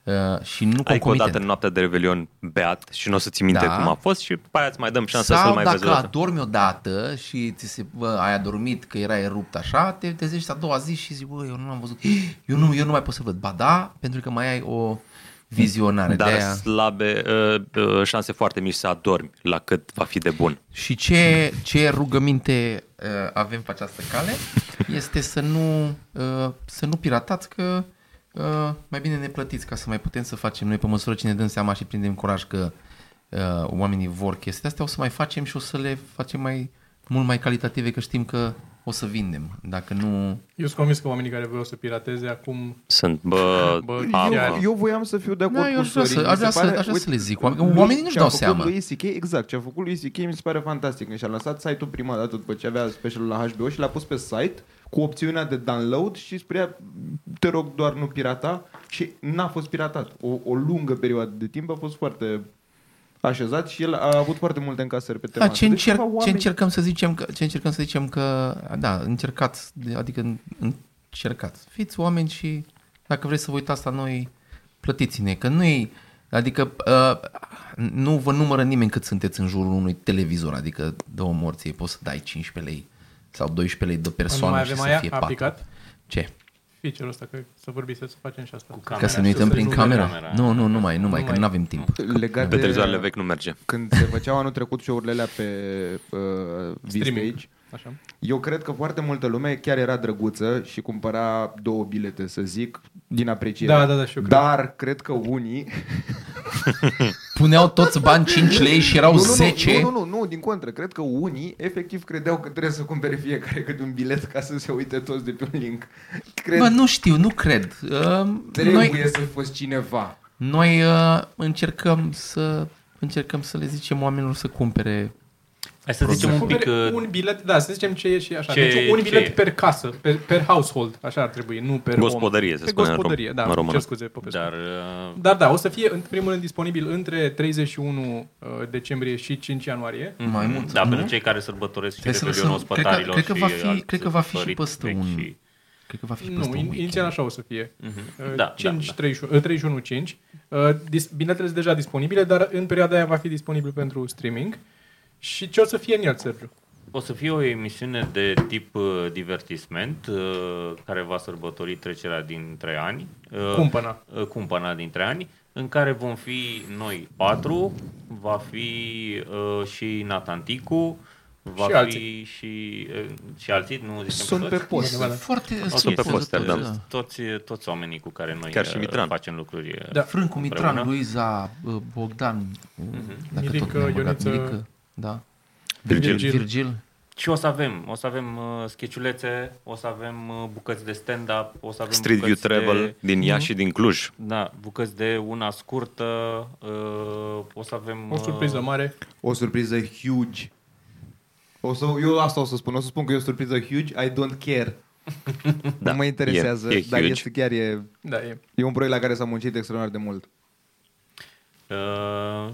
Speaker 3: Uh, și nu
Speaker 2: Adică o dată
Speaker 3: concomitent.
Speaker 2: în noaptea de Revelion beat și nu o să ți minte
Speaker 3: Da.
Speaker 2: cum a fost și după aia îți mai dăm șansa să-l
Speaker 3: Sau
Speaker 2: mai vezi
Speaker 3: dacă
Speaker 2: o dată.
Speaker 3: adormi odată și ți se, bă, ai adormit că era erupt așa, te trezești a doua zi și zici, bă, eu nu l-am văzut, eu nu, eu nu mai pot să văd. Ba da, pentru că mai ai o vizionare.
Speaker 2: Dar
Speaker 3: de-aia.
Speaker 2: slabe, uh, uh, șanse foarte mici să adormi la cât va fi de bun.
Speaker 3: Și ce, ce rugăminte uh, avem pe această cale este să nu, uh, să nu piratați că uh, mai bine ne plătiți ca să mai putem să facem noi pe măsură ce ne dăm seama și prindem curaj că uh, oamenii vor chestia astea, o să mai facem și o să le facem mai mult mai calitative că știm că o să vindem. Dacă nu...
Speaker 1: Eu sunt convins că oamenii care voiau să pirateze acum
Speaker 2: Sunt, bă,
Speaker 1: Bă,
Speaker 2: apă.
Speaker 1: chiar.
Speaker 5: Eu, eu voiam să fiu de acord
Speaker 3: Da, eu
Speaker 5: cu
Speaker 3: aș vrea să-
Speaker 5: Sorin.
Speaker 3: aș
Speaker 5: Mi
Speaker 3: vrea
Speaker 5: se
Speaker 3: să-
Speaker 5: pare-
Speaker 3: aș vrea să le
Speaker 5: uite,
Speaker 3: zic. Oamenii-
Speaker 5: lui-
Speaker 3: oamenii nu-și
Speaker 5: ce-a
Speaker 3: dau
Speaker 5: făcut
Speaker 3: seama.
Speaker 5: Lui ECK, exact, ce a făcut lui ECK mi se pare fantastic. Deci a lansat site-ul prima dată după ce avea specialul la HBO și l-a pus pe site cu opțiunea de download și spunea te rog doar nu pirata și n-a fost piratat. O, o lungă perioadă de timp a fost foarte așezat și el a avut foarte multe încasări pe tema
Speaker 3: Da,
Speaker 5: asta.
Speaker 3: ce,
Speaker 5: Deci,
Speaker 3: încerc,
Speaker 5: cumva,
Speaker 3: ce,
Speaker 5: oamenii-
Speaker 3: încercăm să zicem că, ce încercăm să zicem că, da, încercați, de- adică încercați. Fiți oameni și dacă vreți să vă uitați la noi, plătiți-ne, că nu e, adică uh, nu vă numără nimeni cât sunteți în jurul unui televizor, adică două morții, poți să dai 15 lei sau 12 lei de
Speaker 1: Nu mai
Speaker 3: persoană și
Speaker 1: avem
Speaker 3: să
Speaker 1: aia?
Speaker 3: fie
Speaker 1: A
Speaker 3: patru.
Speaker 1: picat?
Speaker 3: Ce?
Speaker 1: feature-ul ăsta, că să vorbim să facem și asta.
Speaker 4: camera.
Speaker 3: Ca să ne uităm
Speaker 1: să
Speaker 3: prin
Speaker 1: zoome
Speaker 3: camera?
Speaker 4: camera.
Speaker 3: Nu, nu, nu mai, nu mai, că
Speaker 1: mai.
Speaker 3: nu avem timp.
Speaker 5: Legat
Speaker 2: Pe
Speaker 5: de-
Speaker 2: televizoarele vechi nu merge.
Speaker 5: Când se făceau anul trecut show-urile alea pe uh,
Speaker 1: Streaming.
Speaker 5: Vistage,
Speaker 1: Așa.
Speaker 5: Eu cred că foarte multă lume chiar era drăguță și cumpăra două bilete, să zic, din apreciere.
Speaker 1: Da, da, da, și eu cred.
Speaker 5: Dar cred că unii...
Speaker 3: Puneau toți bani 5 lei și erau 10.
Speaker 5: Nu, nu, nu, nu, din contră. Cred că unii efectiv credeau că trebuie să cumpere fiecare câte un bilet ca să se uite toți de pe un link. Cred
Speaker 3: Bă,
Speaker 5: că
Speaker 3: nu știu, nu cred. Uh,
Speaker 5: trebuie
Speaker 3: noi,
Speaker 5: Noi... să fost cineva.
Speaker 3: Noi uh, încercăm să încercăm să le zicem oamenilor să cumpere
Speaker 4: Hai să zicem un pic...
Speaker 1: Cumpere
Speaker 4: uh,
Speaker 1: un bilet, da, să zicem ce e și așa.
Speaker 4: ce-
Speaker 1: deci un
Speaker 4: ce
Speaker 1: bilet
Speaker 4: e?
Speaker 1: per casă, per, per household, așa ar trebui, nu per
Speaker 2: Gospodărie,
Speaker 1: om.
Speaker 2: se
Speaker 1: Pe
Speaker 2: spune în rom-
Speaker 1: gospodărie, da,
Speaker 2: în română.
Speaker 1: cer scuze, Popescu.
Speaker 4: Dar uh,
Speaker 1: Dar da, o să fie în primul rând disponibil între 31 uh, decembrie și 5 ianuarie.
Speaker 3: Mai mult.
Speaker 4: Da,
Speaker 3: nu?
Speaker 4: pentru cei care sărbătoresc și
Speaker 3: Trebuie să
Speaker 4: Revelionul
Speaker 3: lăsăm- cred că-
Speaker 4: spătarilor
Speaker 3: cred că
Speaker 4: și
Speaker 3: va fi-
Speaker 4: alți
Speaker 3: cred că va fi și
Speaker 4: sărbători
Speaker 3: peste
Speaker 4: vechi
Speaker 3: un-
Speaker 4: și-
Speaker 3: Cred că va fi peste un
Speaker 1: Nu, in-
Speaker 3: weekend. Mhm.
Speaker 1: inițial așa o să fie. Uh,
Speaker 4: Da,
Speaker 1: 5,
Speaker 4: da,
Speaker 1: 31, uh, 31, 5. Uh, dis- Biletele sunt deja disponibile, dar în perioada aia va fi disponibil pentru streaming. Și ce o să fie în el, Sergiu?
Speaker 4: O să fie o emisiune de tip uh, divertisment uh, care va sărbători trecerea dintre ani. Uh,
Speaker 1: Cumpăna.
Speaker 4: uh, Cumpăna dintre ani, în care vom fi noi patru, va fi uh, și Nathan Ticu, va
Speaker 1: Și
Speaker 4: fi
Speaker 1: alții.
Speaker 4: și, uh, și alții, nu zicem
Speaker 5: Sunt pe
Speaker 4: toți.
Speaker 5: post.
Speaker 1: da.
Speaker 3: Sunt Foarte
Speaker 4: O să
Speaker 3: sunt
Speaker 2: pe
Speaker 3: foarte-
Speaker 2: poster, da.
Speaker 3: da.
Speaker 4: Toți, toți oamenii cu care noi
Speaker 2: Chiar și
Speaker 4: uh,
Speaker 2: Mitran.
Speaker 4: facem lucruri. uh,
Speaker 1: Da.
Speaker 3: Frâncu, Mitran,
Speaker 4: Împreună. Mhm.
Speaker 3: Luiza, uh, Bogdan, uh, dacă tot
Speaker 1: Milică,
Speaker 3: ne-am băgat,
Speaker 1: Ioniță.
Speaker 3: Milică, da.
Speaker 2: Virgil.
Speaker 1: Virgil.
Speaker 3: Virgil.
Speaker 4: Și o să avem, o să avem uh, sketchulețe, o să avem uh, bucăți de stand-up, o să avem
Speaker 2: Street View
Speaker 4: bucăți
Speaker 2: Travel
Speaker 4: de,
Speaker 2: din Iași și din Cluj.
Speaker 4: da, bucăți de una scurtă, uh, o să avem
Speaker 1: O surpriză
Speaker 4: uh,
Speaker 1: mare.
Speaker 5: O surpriză huge. O să, eu asta o să spun. O să spun că e o surpriză huge. I don't care.
Speaker 2: Da,
Speaker 5: nu mă interesează,
Speaker 2: e- e
Speaker 5: dar
Speaker 2: huge.
Speaker 5: este chiar e,
Speaker 1: Da, e.
Speaker 5: e un proiect la care s-a muncit extraordinar de mult.
Speaker 4: Uh,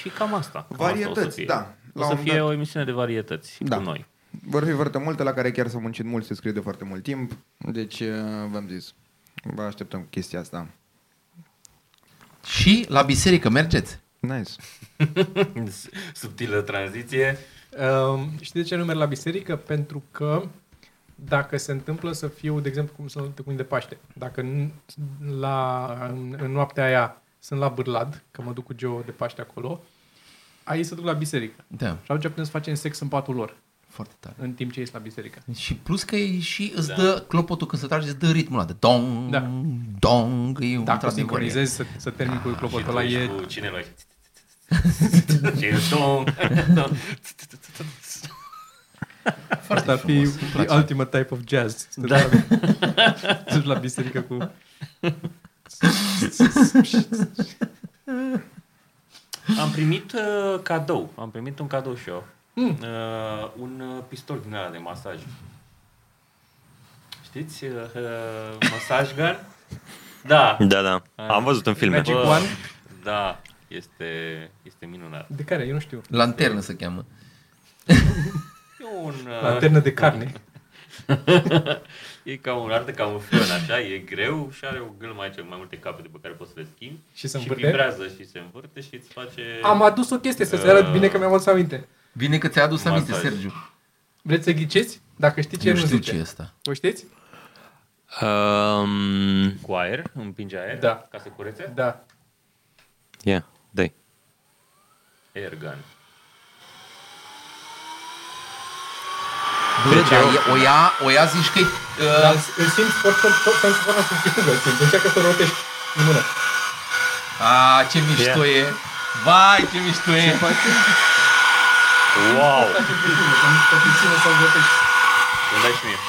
Speaker 4: și cam asta. Cam asta o să
Speaker 5: Varietăți,
Speaker 4: fie.
Speaker 5: da.
Speaker 4: O
Speaker 5: La
Speaker 4: să
Speaker 5: un
Speaker 4: fie
Speaker 5: dat-
Speaker 4: o emisiune de varietăți
Speaker 5: Da.
Speaker 4: cu noi.
Speaker 5: Vor fi foarte multe la care chiar s-a muncit mult, se scrie de foarte mult timp. Deci, eh, v-am zis, vă așteptăm cu chestia asta.
Speaker 3: Și la biserică mergeți.
Speaker 5: Nice.
Speaker 4: Subtilă tranziție.
Speaker 1: Um, știi de ce nu merg la biserică? Pentru că dacă se întâmplă să fiu, de exemplu, cum sunt cum de Paște, dacă în, la, în, în noaptea aia sunt la Bârlad, că mă duc cu Geo de Paște acolo, aici se duc la biserică.
Speaker 3: Da,
Speaker 1: Și atunci putem să facem sex în patul lor,
Speaker 3: foarte tare.
Speaker 1: în timp ce ești la biserică.
Speaker 3: Și plus că e și
Speaker 4: Da.
Speaker 3: îți dă clopotul când se trage, îți dă ritmul ăla de dong,
Speaker 1: Da.
Speaker 3: dong, e un
Speaker 1: Dacă o
Speaker 3: într-adevăr.
Speaker 1: sincronizezi să, să termin cu
Speaker 4: Și tu
Speaker 1: clopotul ăla,
Speaker 4: ești
Speaker 1: e...
Speaker 4: cu cine noi? Ce e Tom?
Speaker 3: Foarte
Speaker 1: Asta ar fi
Speaker 3: frumos, îmi place.
Speaker 1: the ultimate type of jazz. Să te duci la- să te duci la biserică cu...
Speaker 4: Am primit uh, cadou, am primit un cadou și eu.
Speaker 1: Hmm.
Speaker 4: Mm. Uh, un uh, pistol din ăla de masaj. Știți? Uh, uh, masaj gun? Da.
Speaker 2: Da, da. Am văzut în filme.
Speaker 1: Magic Wand?
Speaker 4: Da, este, este minunat.
Speaker 1: De care? Eu nu știu.
Speaker 3: Lanternă se cheamă.
Speaker 4: E un... uh,
Speaker 1: Lanternă de carne.
Speaker 4: E ca un arde ca un fion, așa, e greu și are o gâlmă aici cu mai multe capete pe care poți să le schimbi.
Speaker 1: Și se
Speaker 4: și
Speaker 1: învârte?
Speaker 4: vibrează și se învârte și îți face...
Speaker 1: Am adus o chestie să-ți arăt
Speaker 4: Uh.
Speaker 1: bine că mi-am adus aminte.
Speaker 3: Bine că ți-ai adus aminte,
Speaker 4: Masaj.
Speaker 3: Sergiu.
Speaker 1: Vreți să ghiciți? Dacă știi ce
Speaker 3: Eu
Speaker 1: nu
Speaker 3: știu
Speaker 1: zice.
Speaker 3: ce e asta.
Speaker 1: O știți?
Speaker 2: Um,
Speaker 4: Cu aer, împinge aer
Speaker 1: Da.
Speaker 4: ca să curețe?
Speaker 1: Da.
Speaker 2: yeah, dai.
Speaker 4: Air gun.
Speaker 3: Bă,
Speaker 2: Deci
Speaker 3: dar
Speaker 2: eu-
Speaker 3: e- o ia, o ia zici că ă,
Speaker 1: Dar îl simți foarte tot pentru că nu știu cum simți. Încearcă să rotești în mână.
Speaker 3: A, ce mișto e. Vai, ce mișto e.
Speaker 4: Wow!
Speaker 1: Să te ține să-l rotești.
Speaker 4: Îmi dai și mie.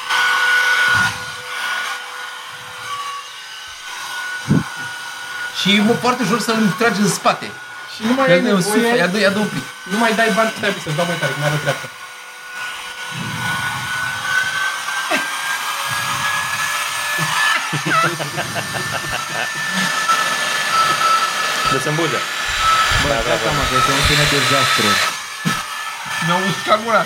Speaker 3: Și mă foarte ușor să-l tragi în spate.
Speaker 1: Și nu mai ai
Speaker 3: Că ne suflet, ia
Speaker 1: nevoie,
Speaker 3: dă, ia dă un pic.
Speaker 1: nu mai dai bani, stai să-ți dau mai tare, că mai arăt treaptă.
Speaker 4: Dă se îmbuze.
Speaker 5: Bă, da, da, seama că este un fine dezastru.
Speaker 3: Mi-a uscat gura.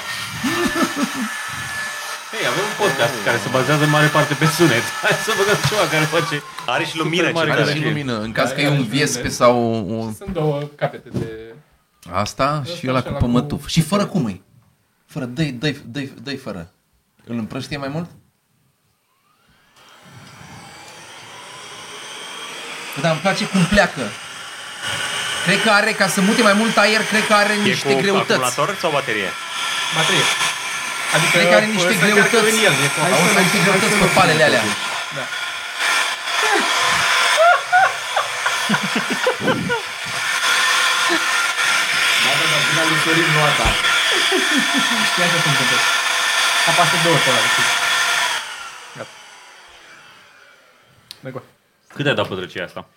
Speaker 4: Hei, avem un podcast care se bazează în mare parte pe sunet. Hai să băgăm ceva care face...
Speaker 2: Are și lumină
Speaker 4: super mare
Speaker 2: ce
Speaker 3: Are
Speaker 2: tare.
Speaker 3: și
Speaker 4: lumină.
Speaker 3: lumină, în caz
Speaker 1: Da,
Speaker 3: că e
Speaker 1: are
Speaker 3: un
Speaker 1: și
Speaker 3: viespe
Speaker 1: lumină.
Speaker 3: sau o...
Speaker 1: Sunt două capete de...
Speaker 3: Asta și
Speaker 1: Ăsta
Speaker 3: ăla
Speaker 1: și
Speaker 3: cu
Speaker 1: ăla
Speaker 3: pămătuf.
Speaker 1: cu-
Speaker 3: Și fără cum e? Fără, dă-i, dă-i, dă-i, dă-i fără. Îl împrăștie mai mult? Bă, Dar Da, îmi place cum pleacă. Cred că are, ca să mute mai mult aer, cred că are niște
Speaker 2: e cu
Speaker 3: greutăți.
Speaker 2: acumulator sau baterie?
Speaker 1: Baterie. Adică
Speaker 3: Cred că are niște
Speaker 1: să încarcă
Speaker 3: greutăți.
Speaker 1: În el, e cu-
Speaker 3: Auzi, are niște greutăți pe palele alea.
Speaker 1: Da. Știa ce se întâmplă. Apasă două pe ăla. de sus. Gata. Merg cu-
Speaker 4: Cât de a dat pătrăcia asta?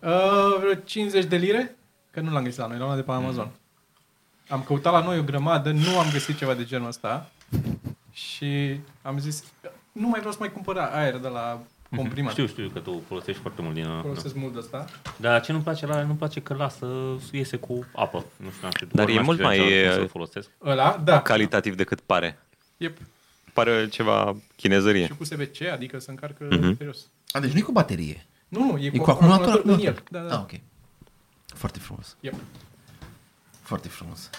Speaker 1: Uh, vreo 50 de lire? Că nu l-am găsit la noi, l-am luat de pe Amazon. Am căutat la noi o grămadă, nu am găsit ceva de genul ăsta și am zis, nu mai vreau să mai cumpăr aer de la comprimat.
Speaker 4: Știu, știu că tu folosești foarte mult din...
Speaker 1: Folosesc mult de asta.
Speaker 4: Dar ce nu-mi place la ele, nu-mi place că lasă, iese cu apă. Nu știu, n-am știut.
Speaker 2: Dar
Speaker 4: Ori
Speaker 2: e
Speaker 4: n-am
Speaker 2: mult
Speaker 4: știut
Speaker 2: mai, uh,
Speaker 4: niciodată
Speaker 2: e-
Speaker 4: cum Să-l folosesc.
Speaker 1: Ăla, da.
Speaker 2: Calitativ decât pare.
Speaker 1: Yep.
Speaker 2: Pare ceva chinezărie.
Speaker 1: Și cu SBC, adică se încarcă mm-hmm. serios.
Speaker 3: A, deci nu e cu baterie.
Speaker 1: Nu, nu, e,
Speaker 3: E cu acumulator.
Speaker 1: în el. Da,
Speaker 3: Ah,
Speaker 1: da.
Speaker 3: ok. Foarte frumos.
Speaker 1: Yep.
Speaker 3: Foarte frumos.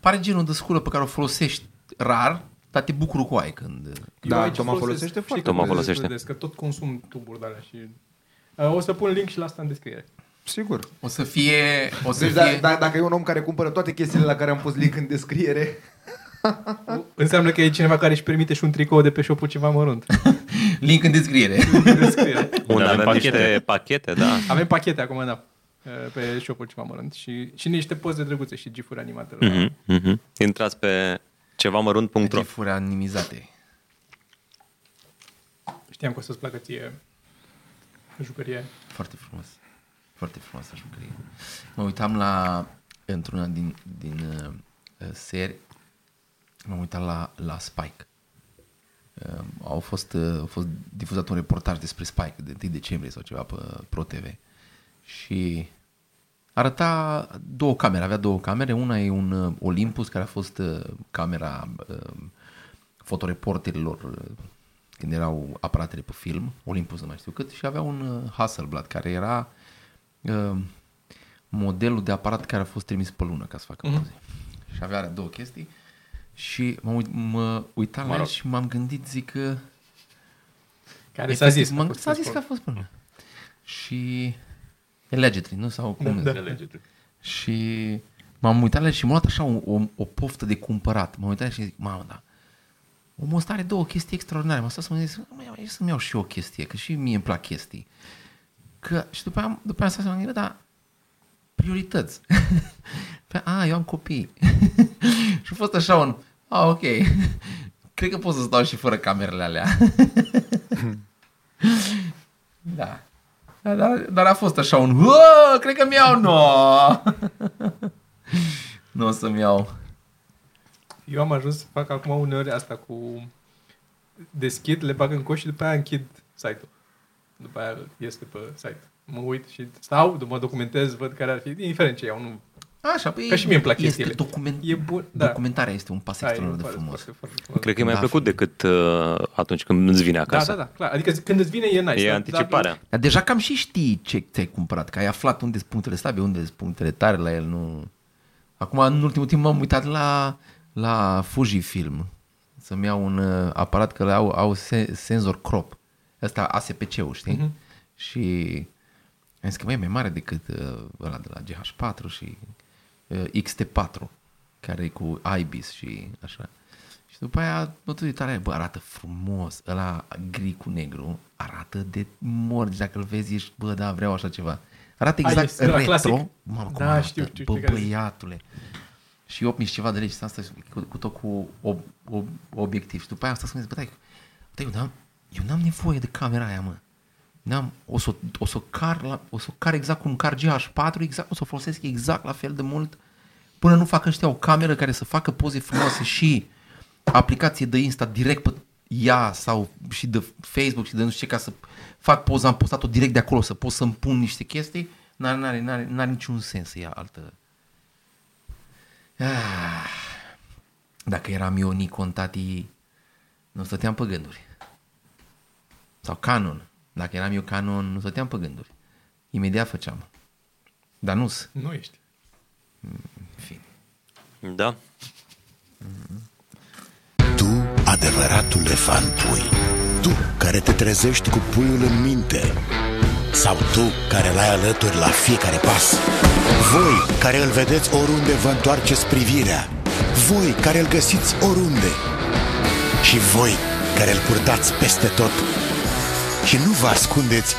Speaker 3: Pare genul de sculă pe care o folosești rar, dar te bucur cu ai când...
Speaker 5: Da,
Speaker 1: Eu aici
Speaker 5: Toma
Speaker 1: folosesc-
Speaker 5: folosește
Speaker 1: știi
Speaker 5: foarte
Speaker 1: că
Speaker 2: Toma folosește.
Speaker 1: vedeți Că tot consum tuburi de alea și... Uh, O să pun link și la asta în descriere.
Speaker 5: Sigur.
Speaker 3: O să fie... O să
Speaker 5: Deci
Speaker 3: fie...
Speaker 5: da, da, dacă e un om care cumpără toate chestiile la care am pus link în descriere,
Speaker 1: Ah. Înseamnă că e cineva care își permite și un tricou de pe shop ceva mărunt.
Speaker 3: Link în descriere.
Speaker 1: În descriere.
Speaker 2: Unde
Speaker 4: Avem
Speaker 2: avem
Speaker 4: pachete.
Speaker 2: niște pachete, da.
Speaker 1: Avem pachete acum, da, uh, pe shop-ul ceva mărunt și, și niște poze drăguțe și gifuri animate. la-
Speaker 2: Mhm, mhm. Intrați pe cevamărunt.ro
Speaker 3: Gifuri animizate.
Speaker 1: Știam că o să-ți placă ție jucărie.
Speaker 3: Foarte frumos. Foarte frumos așa că e. Mă uitam la într-una din, din uh, uh, seri, m-am uitat la, la Spike. Uh, au fost, uh, au fost difuzat un reportaj despre Spike de 1 decembrie sau ceva pe Pro TV. Și arăta două camere, avea două camere, una e un uh, Olympus care a fost uh, camera uh, fotoreporterilor uh, când erau aparatele pe film, Olympus nu mai știu cât, și avea un uh, Hasselblad care era uh, modelul de aparat care a fost trimis pe lună ca să facă poze. Mm-hmm. Și avea alea două chestii și mă, uit, mă uitam mă rog. și m-am gândit, zic că
Speaker 1: Care s-a zis.
Speaker 3: m-am, s-a zis că a fost pe lună. Și allegedly, nu? Sau cum da,
Speaker 4: De legere.
Speaker 3: și m-am uitat la el și m-a luat așa o, o, o poftă de cumpărat. M-am uitat la el și zic, mamă, da. Omul ăsta are două chestii extraordinare. M-am stat să mă gândesc, mă, ia- ia să-mi iau și eu o chestie, că și mie îmi plac chestii. Că, și după aia, după aia am stat să mă gândesc, dar priorități. Pe, a, eu am copii. și a fost așa un, a, ok, cred că pot să stau și fără camerele alea. da. Da, Dar, dar a fost așa un, "Uă, cred că mi-au, no! nu o să-mi iau.
Speaker 1: Eu am ajuns să fac acum uneori asta cu... Deschid, le bag în coș și după aia închid site-ul. După aia este pe site. Mă uit și stau, mă documentez, văd care ar fi, indiferent ce iau. Nu...
Speaker 3: Așa, păi
Speaker 1: Că și mie îmi plac
Speaker 3: este
Speaker 1: chestiile.
Speaker 3: document,
Speaker 1: E bun, da.
Speaker 3: Documentarea este un pas
Speaker 1: Da, e
Speaker 3: extraordinar de
Speaker 1: foarte,
Speaker 3: frumos.
Speaker 1: foarte, foarte frumos.
Speaker 2: Cred că e mai
Speaker 3: Da,
Speaker 2: plăcut decât uh, atunci când îți vine
Speaker 1: Da,
Speaker 2: acasă.
Speaker 1: da, da, clar. Adică când îți vine e nice.
Speaker 2: E
Speaker 1: dar-
Speaker 2: anticiparea.
Speaker 3: Dar deja cam și știi ce ți-ai cumpărat, că ai aflat unde sunt punctele slabe, unde sunt punctele tare la el. Nu... Acum, în ultimul timp, m-am uitat la, la Fujifilm să-mi iau un uh, aparat că au, au se- senzor crop. Ăsta ASPC-ul, știi?
Speaker 1: Mhm.
Speaker 3: Mm-hmm. Și am zis că mai e mai mare decât uh, ăla de la GH4 și uh, XT4, care e cu IBIS și așa. Și după aia mă tot uitam la el, bă, arată frumos, ăla gri cu negru, arată de morți, dacă îl vezi, ești, bă, da, vreau așa ceva. Arată
Speaker 1: Ai,
Speaker 3: exact
Speaker 1: este ăla
Speaker 3: retro,
Speaker 1: clasic.
Speaker 3: mamă, cum
Speaker 1: Da,
Speaker 3: arată,
Speaker 1: știu, știu,
Speaker 3: bă,
Speaker 1: știu care zici.
Speaker 3: băiatule. Și 8 și ceva de lei și asta cu, cu tot cu ob, ob, obiectiv. Și după aia asta să bă, dai, dai, eu n-am, eu n-am nevoie de camera aia, mă. N-am, o să, o să car, la, o să car exact cum car GH4, exact, o să o folosesc exact la fel de mult până nu fac ăștia o cameră care să facă poze frumoase și aplicație de Insta direct pe ea sau și de Facebook și de nu știu ce ca să fac poza, am postat-o direct de acolo să pot să-mi pun niște chestii, n-are, n-are, n-are, n-are niciun sens să ia altă... Ah. Dacă eram eu Nikon, tati, nu stăteam pe gânduri. Sau Canon. Dacă eram eu Canon, nu stăteam pe gânduri. Imediat făceam. Dar nu
Speaker 1: Nu ești.
Speaker 3: fine.
Speaker 2: da.
Speaker 6: Tu, adevăratul elefant pui. Tu, care te trezești cu puiul în minte. Sau tu, care l-ai alături la fiecare pas. Voi, care îl vedeți oriunde vă întoarceți privirea. Voi, care îl găsiți oriunde. Și voi, care îl purtați peste tot. Și nu vă ascundeți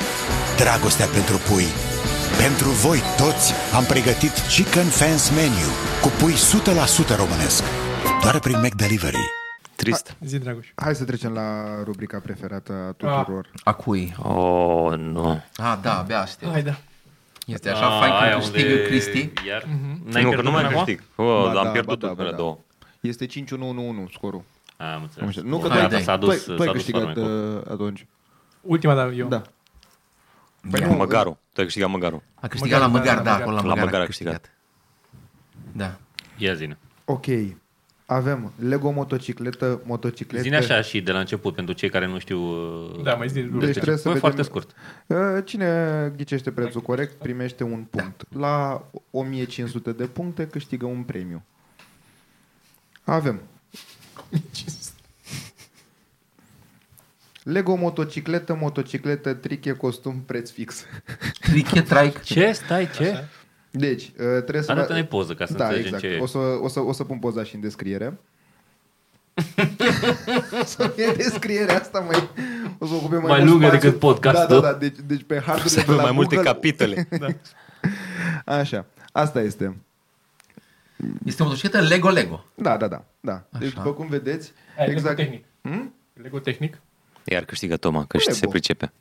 Speaker 6: dragostea pentru pui. Pentru voi toți am pregătit Chicken Fans Menu cu pui 100% românesc. Doar prin McDelivery.
Speaker 2: Trist.
Speaker 1: Zi, Dragoș.
Speaker 5: hai să trecem la rubrica
Speaker 3: Ah.
Speaker 5: preferată a tuturor.
Speaker 3: A cui?
Speaker 2: Oh, nu.
Speaker 3: A, da, abia aștept.
Speaker 1: Hai, da.
Speaker 3: Este așa fain
Speaker 4: aia
Speaker 3: când câștigă
Speaker 4: unde
Speaker 3: Cristi.
Speaker 4: Iar
Speaker 1: Mhm.
Speaker 4: n-ai
Speaker 2: nu, că
Speaker 4: pierdut
Speaker 2: nu mai
Speaker 4: până acum?
Speaker 2: câștig. Oh,
Speaker 5: Ba
Speaker 2: am
Speaker 5: da,
Speaker 2: pierdut
Speaker 5: ba da,
Speaker 2: până
Speaker 5: ba da.
Speaker 2: două.
Speaker 5: Este 5-1-1-1 scorul.
Speaker 4: Am
Speaker 5: Am
Speaker 4: înțeles.
Speaker 5: înțeles. Nu că
Speaker 4: Gata,
Speaker 3: tu ai-
Speaker 4: Deci, da, s-a dus,
Speaker 5: tu ai-
Speaker 4: s-a
Speaker 5: tu ai
Speaker 4: dus
Speaker 5: câștigat
Speaker 4: farmecul.
Speaker 5: uh, atunci.
Speaker 1: Ultima, dar eu.
Speaker 5: Da. Păi
Speaker 3: Ia.
Speaker 5: nu,
Speaker 2: Măgaru. Tu ai câștigat Măgaru.
Speaker 3: A câștigat la
Speaker 1: Măgar,
Speaker 3: Măgar,
Speaker 1: da,
Speaker 3: da,
Speaker 1: la
Speaker 3: acolo la
Speaker 2: Măgar.
Speaker 3: Măgar,
Speaker 2: La Măgar a
Speaker 3: Da.
Speaker 4: Ia zine.
Speaker 5: Ok. Avem Lego motocicletă, motocicletă.
Speaker 4: Zine așa și de la început, pentru cei care nu știu... uh,
Speaker 1: Da, mai zi din
Speaker 5: Deci
Speaker 1: deci,
Speaker 5: trebuie să
Speaker 4: Bă,
Speaker 5: vedem...
Speaker 4: foarte scurt.
Speaker 5: Uh, Cine ghicește prețul corect primește un punct. La 1500 de puncte câștigă un premiu. Avem Lego motocicletă, motocicletă, triche, costum, preț fix.
Speaker 3: Triche, traic.
Speaker 4: Ce? Stai, ce?
Speaker 5: Deci, uh, trebuie să...
Speaker 4: Arată-ne poză ca să
Speaker 5: da,
Speaker 4: înțelegem
Speaker 5: exact.
Speaker 4: ce e.
Speaker 5: O să, o, să, o să pun poza și în descriere. o să fie descrierea asta mai... O să ocupe mai,
Speaker 4: Mai
Speaker 5: mult
Speaker 4: lungă
Speaker 5: spațiu.
Speaker 4: decât podcastul.
Speaker 5: Da, da, da. Deci, deci pe hard
Speaker 2: Să avem mai multe capitole.
Speaker 5: Așa. Asta este.
Speaker 3: Este o motocicletă Lego Lego.
Speaker 5: Da, da, da. da. Deci,
Speaker 3: Așa.
Speaker 5: după cum vedeți...
Speaker 1: exact. Lego tehnic.
Speaker 5: Hmm?
Speaker 1: Lego tehnic.
Speaker 2: Iar câștigă Toma, că
Speaker 5: Lego.
Speaker 2: se pricepe.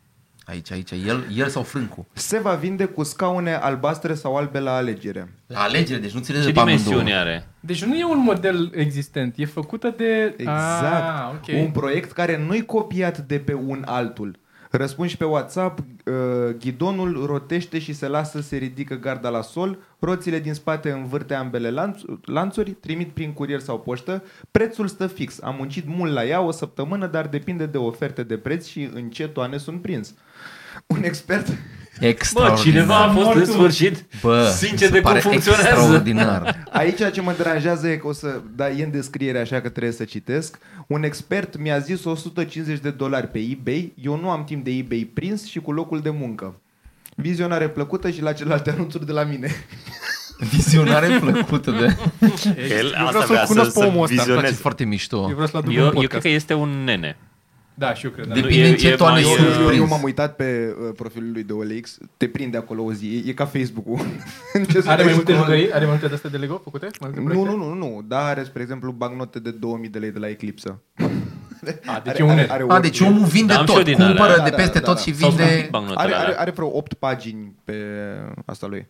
Speaker 3: Aici, aici. El, el sau frâncu.
Speaker 5: Se va vinde cu scaune albastre sau albe la alegere.
Speaker 3: La alegere, deci nu ține
Speaker 4: Ce
Speaker 3: de pe amândouă.
Speaker 4: dimensiuni are?
Speaker 1: Deci nu e un model existent, e făcută de...
Speaker 5: Exact.
Speaker 1: Ah, ok.
Speaker 5: Un proiect care nu-i copiat de pe un altul. Răspunzi pe WhatsApp, uh, ghidonul rotește și se lasă, se ridică garda la sol, roțile din spate învârte ambele lanț- lanțuri, trimit prin curier sau poștă, prețul stă fix. Am muncit mult la ea o săptămână, dar depinde de oferte de preț și în ce toane sunt prins. Un expert...
Speaker 4: Bă,
Speaker 3: Extraordinar.
Speaker 4: cineva a fost în
Speaker 1: Mortul.
Speaker 4: sfârșit
Speaker 3: Bă, mi
Speaker 4: sincer
Speaker 3: se
Speaker 4: de cum
Speaker 3: pare
Speaker 4: funcționează.
Speaker 3: Extraordinar.
Speaker 5: Aici ce mă deranjează e că o să... Da, e în descriere așa că trebuie să citesc. Un expert mi-a zis 150 de dolari pe eBay. Eu nu am timp de eBay prins și cu locul de muncă. Vizionare plăcută și la celelalte anunțuri de la mine.
Speaker 3: Vizionare plăcută de...
Speaker 2: El
Speaker 5: vreau să-l
Speaker 2: asta vrea să,
Speaker 5: cunosc pe
Speaker 2: să
Speaker 5: omul ăsta,
Speaker 3: Îmi place
Speaker 2: vizioneze.
Speaker 3: foarte mișto.
Speaker 1: Eu vreau să-l aduc eu,
Speaker 4: Eu,
Speaker 1: în
Speaker 4: eu cred
Speaker 1: podcast.
Speaker 4: că este un nene.
Speaker 1: Da, și eu cred. Da.
Speaker 4: De-
Speaker 1: De...
Speaker 3: Depinde
Speaker 4: e-
Speaker 3: în ce
Speaker 4: e
Speaker 3: toane
Speaker 4: mai-
Speaker 5: Eu,
Speaker 3: sunt
Speaker 5: eu, eu
Speaker 3: prins.
Speaker 5: m-am uitat pe uh, profilul lui de OLX. Te prinde acolo o zi. E, e ca Facebook-ul. Ce
Speaker 1: Are mai multe
Speaker 5: să-
Speaker 1: jucării? Are mai multe de astea de Lego făcute? Mai multe
Speaker 5: Nu,
Speaker 1: proiecte?
Speaker 5: nu, nu, nu. Da, are, spre exemplu, bagnote de 2000 de lei de la Eclipsă.
Speaker 1: A, deci e un net.
Speaker 3: A,
Speaker 5: orice.
Speaker 3: deci omul vinde
Speaker 4: Da, am și eu
Speaker 3: tot,
Speaker 4: din alea.
Speaker 3: cumpără
Speaker 5: Da,
Speaker 3: de
Speaker 5: da,
Speaker 3: peste
Speaker 5: da,
Speaker 3: tot
Speaker 5: da.
Speaker 3: și
Speaker 4: Sau de...
Speaker 3: vinde...
Speaker 5: Are, are, are vreo 8 pagini pe asta lui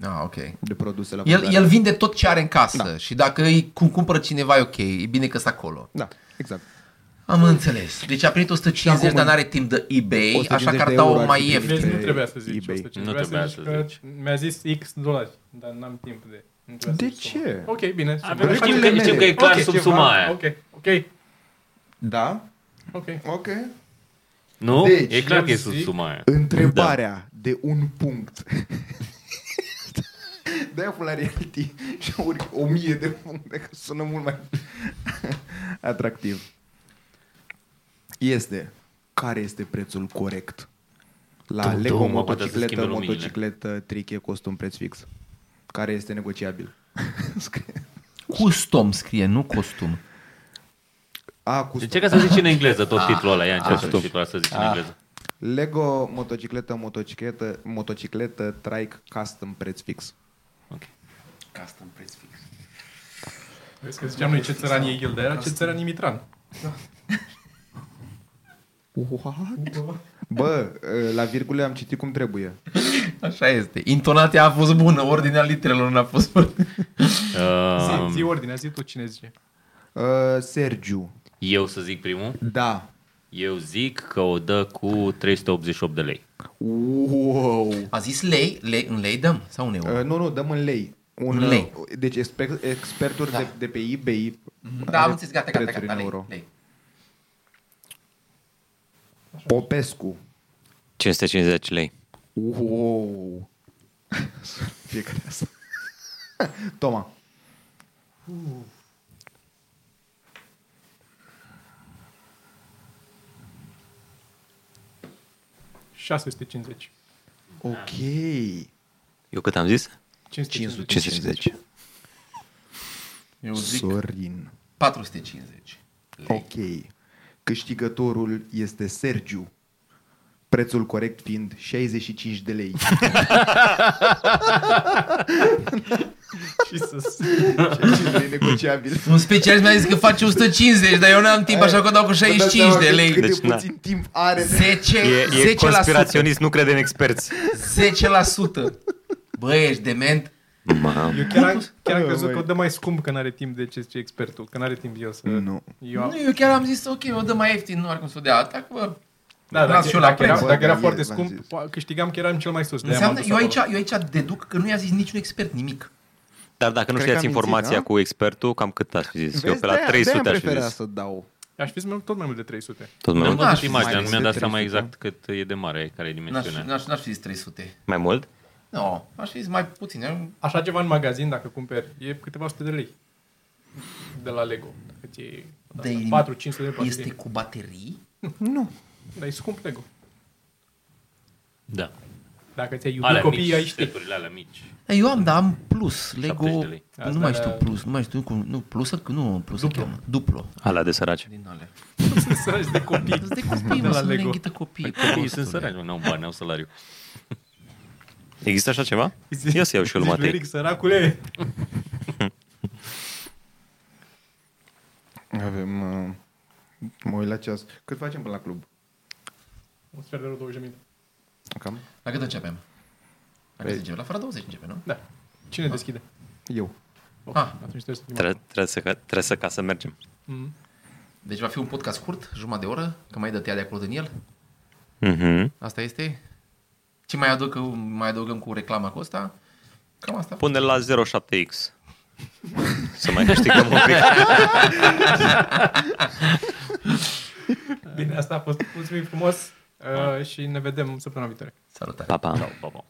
Speaker 3: Ah, ok.
Speaker 5: de produse la
Speaker 3: El,
Speaker 5: vânzare.
Speaker 3: el vinde tot ce are în casă da. și dacă îi cum cumpără cineva e ok, e bine că sunt acolo.
Speaker 5: Da, exact.
Speaker 3: Am înțeles. Deci a primit 150,
Speaker 5: acum-
Speaker 3: dar n-are timp de eBay,
Speaker 5: 150
Speaker 3: așa că ar
Speaker 5: de
Speaker 3: da
Speaker 5: euro
Speaker 3: o
Speaker 5: ar
Speaker 3: mai
Speaker 5: fi
Speaker 3: ieftin.
Speaker 5: primit.
Speaker 1: Vezi, nu
Speaker 5: pe
Speaker 1: trebuia să zici
Speaker 5: eBay.
Speaker 1: 150.
Speaker 4: Nu
Speaker 1: trebuia să
Speaker 4: trebuia să
Speaker 1: zici că mi-a zis X dolari, dar n-am timp de... nu trebuia să
Speaker 5: De
Speaker 1: zic suma.
Speaker 5: ce?
Speaker 1: Ok, bine.
Speaker 4: Avem,
Speaker 5: Știm
Speaker 4: știm,
Speaker 5: că-
Speaker 4: că,
Speaker 5: știm
Speaker 4: că e clar sub suma aia.
Speaker 1: Ok, ok,
Speaker 5: Da?
Speaker 1: ok.
Speaker 5: Ok.
Speaker 4: Nu?
Speaker 5: Deci,
Speaker 4: e clar
Speaker 1: eu
Speaker 4: că e sub
Speaker 1: zic-
Speaker 4: suma aia.
Speaker 5: Întrebarea da. de un punct. De-aia pun la reality și urc o mie de puncte, că sună mult mai atractiv. Este. Care este prețul corect? La
Speaker 4: Dum,
Speaker 5: Lego
Speaker 4: dum, mă, poate să
Speaker 5: motocicletă,
Speaker 4: schimbe luminile.
Speaker 5: motocicletă, triche, cost un preț fix. Care este negociabil? Scrie.
Speaker 3: Custom scrie, nu costum.
Speaker 5: A, cu
Speaker 4: De ce Deci ca să zici în engleză tot titlul ăla? Ia încerc titlul ăla să zici în engleză.
Speaker 5: Lego, motocicletă, motocicletă, motocicletă, trike, custom, preț fix.
Speaker 4: Ok.
Speaker 1: Vezi că ziceam noi ce țăran e Gilda, era ce țăran e Mitran.
Speaker 5: What? Bă, eh, la virgule am citit cum trebuie.
Speaker 3: Așa este. Intonația a fost bună, ordinea literelor n-a fost bună.
Speaker 4: Uh,
Speaker 1: Zi, zi ordinea, zi tu cine zice.
Speaker 5: Uh, Sergiu.
Speaker 4: eu să zic primul.
Speaker 5: Da.
Speaker 4: Eu zic că o dă cu 388 de lei.
Speaker 5: Wow. Uh,
Speaker 3: A zis lei, lei în lei dăm sau un euro?
Speaker 5: nu, nu, dăm în lei. Un
Speaker 3: În lei.
Speaker 5: uh, Deci expert, expertul da. de, de pe eBay.
Speaker 3: Da,
Speaker 5: are
Speaker 3: am înțeles, gata, gata,
Speaker 5: prețuri
Speaker 3: gata,
Speaker 5: în
Speaker 3: lei,
Speaker 5: euro.
Speaker 3: lei.
Speaker 5: Popescu.
Speaker 2: 550 lei.
Speaker 5: Wow. Fiecare asta. Toma.
Speaker 1: $650.
Speaker 5: Ok.
Speaker 2: Eu cât am zis?
Speaker 1: 550.
Speaker 2: 550.
Speaker 3: Eu zic
Speaker 5: Sorin.
Speaker 3: 450.
Speaker 5: Ok. Câștigătorul este Sergiu. prețul corect fiind 65 de lei.
Speaker 1: Jesus.
Speaker 5: 65 de lei negociabil.
Speaker 3: Un specialist mi-a zis că face 150, dar eu n-am timp, așa că dau cu
Speaker 5: Vă dați
Speaker 3: 65
Speaker 5: seama
Speaker 3: de
Speaker 5: cât-
Speaker 3: lei.
Speaker 5: Cât de
Speaker 2: Deci, na.
Speaker 5: puțin timp are.
Speaker 3: 10,
Speaker 2: E, e
Speaker 3: 10%.
Speaker 2: conspiraționist, nu crede în experți.
Speaker 3: 10%. Bă, ești dement?
Speaker 2: Mamă.
Speaker 1: Eu chiar am, chiar am
Speaker 5: Bă,
Speaker 1: crezut
Speaker 5: băi.
Speaker 1: că o dă mai scump că n-are timp de ce zice expertul, că n-are timp eu să...
Speaker 5: Nu.
Speaker 1: Eu am...
Speaker 3: Nu, eu chiar am zis, ok, o dă mai ieftin, nu are cum să o dea. Atac, bă.
Speaker 1: Da,
Speaker 3: Las
Speaker 1: dacă,
Speaker 3: și eu la
Speaker 1: dacă, era,
Speaker 3: preț.
Speaker 1: dacă era
Speaker 5: Bă,
Speaker 1: foarte
Speaker 5: e, v-am
Speaker 1: scump,
Speaker 5: zis.
Speaker 1: po- câștigam că eram cel mai sus. de-aia m-am
Speaker 3: Înseamnă,
Speaker 1: dus
Speaker 3: eu aici,
Speaker 1: acolo.
Speaker 3: eu aici deduc că nu i-a zis niciun expert nimic.
Speaker 2: Dar dacă nu
Speaker 5: Cred că
Speaker 2: știați
Speaker 5: am mințit,
Speaker 2: informația
Speaker 5: da?
Speaker 2: cu expertul, cam cât ați fi zis? eu
Speaker 5: Vezi,
Speaker 2: pe la
Speaker 5: de-aia-
Speaker 2: 300 aș
Speaker 5: de-aia
Speaker 2: fi
Speaker 5: am
Speaker 2: zis.
Speaker 5: preferat să dau.
Speaker 1: Aș fi zis mai mult, tot mai mult de 300.
Speaker 2: Tot mai
Speaker 4: Mi-am
Speaker 2: mult?
Speaker 3: Da.
Speaker 4: văzut
Speaker 3: fi
Speaker 4: imaginea,
Speaker 3: mai
Speaker 4: nu mi-am
Speaker 5: zis
Speaker 4: dat
Speaker 5: de
Speaker 4: seama
Speaker 5: 300.
Speaker 4: exact cât e de mare, care e
Speaker 3: N-aș,
Speaker 4: dimensiunea.
Speaker 3: n-aș, n-aș fi zis 300.
Speaker 2: Mai mult?
Speaker 3: Nu, no, aș fi zis mai puțin. Eu-
Speaker 1: Așa ceva în magazin, dacă cumperi, e câteva sute de lei. De la Lego. Cât e?
Speaker 3: de inimă.
Speaker 1: 4 500 de lei. poate
Speaker 3: Este
Speaker 1: fi.
Speaker 3: cu baterii?
Speaker 1: Dar e scump Lego.
Speaker 4: Da.
Speaker 1: Dacă ți-ai iubit
Speaker 4: Alea
Speaker 1: copiii, ai
Speaker 4: mici,
Speaker 1: ști.
Speaker 4: seturile alea mici.
Speaker 3: Da, Eu am, dar am plus. Lego,
Speaker 4: 70 de lei.
Speaker 3: nu
Speaker 1: Asta
Speaker 3: mai
Speaker 1: era-
Speaker 3: știu plus, nu mai știu cum, nu, plus, nu, plus
Speaker 1: Duplo.
Speaker 3: se cheamă. Duplo.
Speaker 2: Alea de săraci.
Speaker 3: Din alea.
Speaker 1: Săraci de copii.
Speaker 3: Sunt de copii,
Speaker 1: De
Speaker 3: mă, sunt
Speaker 1: la Lego. Păi
Speaker 3: lenghită copii.
Speaker 4: Copiii sunt săraci, nu au bani, au salariu.
Speaker 2: Există așa ceva? Eu să iau și eu
Speaker 5: Deci
Speaker 1: Zici,
Speaker 2: lumate.
Speaker 1: Leric, săracule.
Speaker 5: Avem... uh, Mă uit la ceas. Cât facem până la club?
Speaker 1: Un sfert de oră, 20 de minute.
Speaker 5: Cam?
Speaker 3: La cât începem? La
Speaker 1: Păi-
Speaker 3: cât începem? La fără 20 începem, nu?
Speaker 1: Da. Cine deschide?
Speaker 5: Eu.
Speaker 1: Oh,
Speaker 3: Ah.
Speaker 1: Atunci trebuie să fim-
Speaker 2: Tre- Trebuie să, ca- trebuie să ca să mergem.
Speaker 1: Mhm.
Speaker 3: Deci va fi un podcast scurt, jumătate de oră, că mai dă tăia de acolo din el.
Speaker 2: Mhm.
Speaker 3: Asta este. Ce mai, aduc, mai adăugăm cu reclama cu asta? Cam asta.
Speaker 2: Pune la 07X. Să mai câștigăm un pic. Da.
Speaker 1: Bine, asta a fost. Mulțumim frumos uh, și ne vedem săptămâna viitoare.
Speaker 3: Salutare.
Speaker 2: Pa, pa.
Speaker 4: Ba, ba.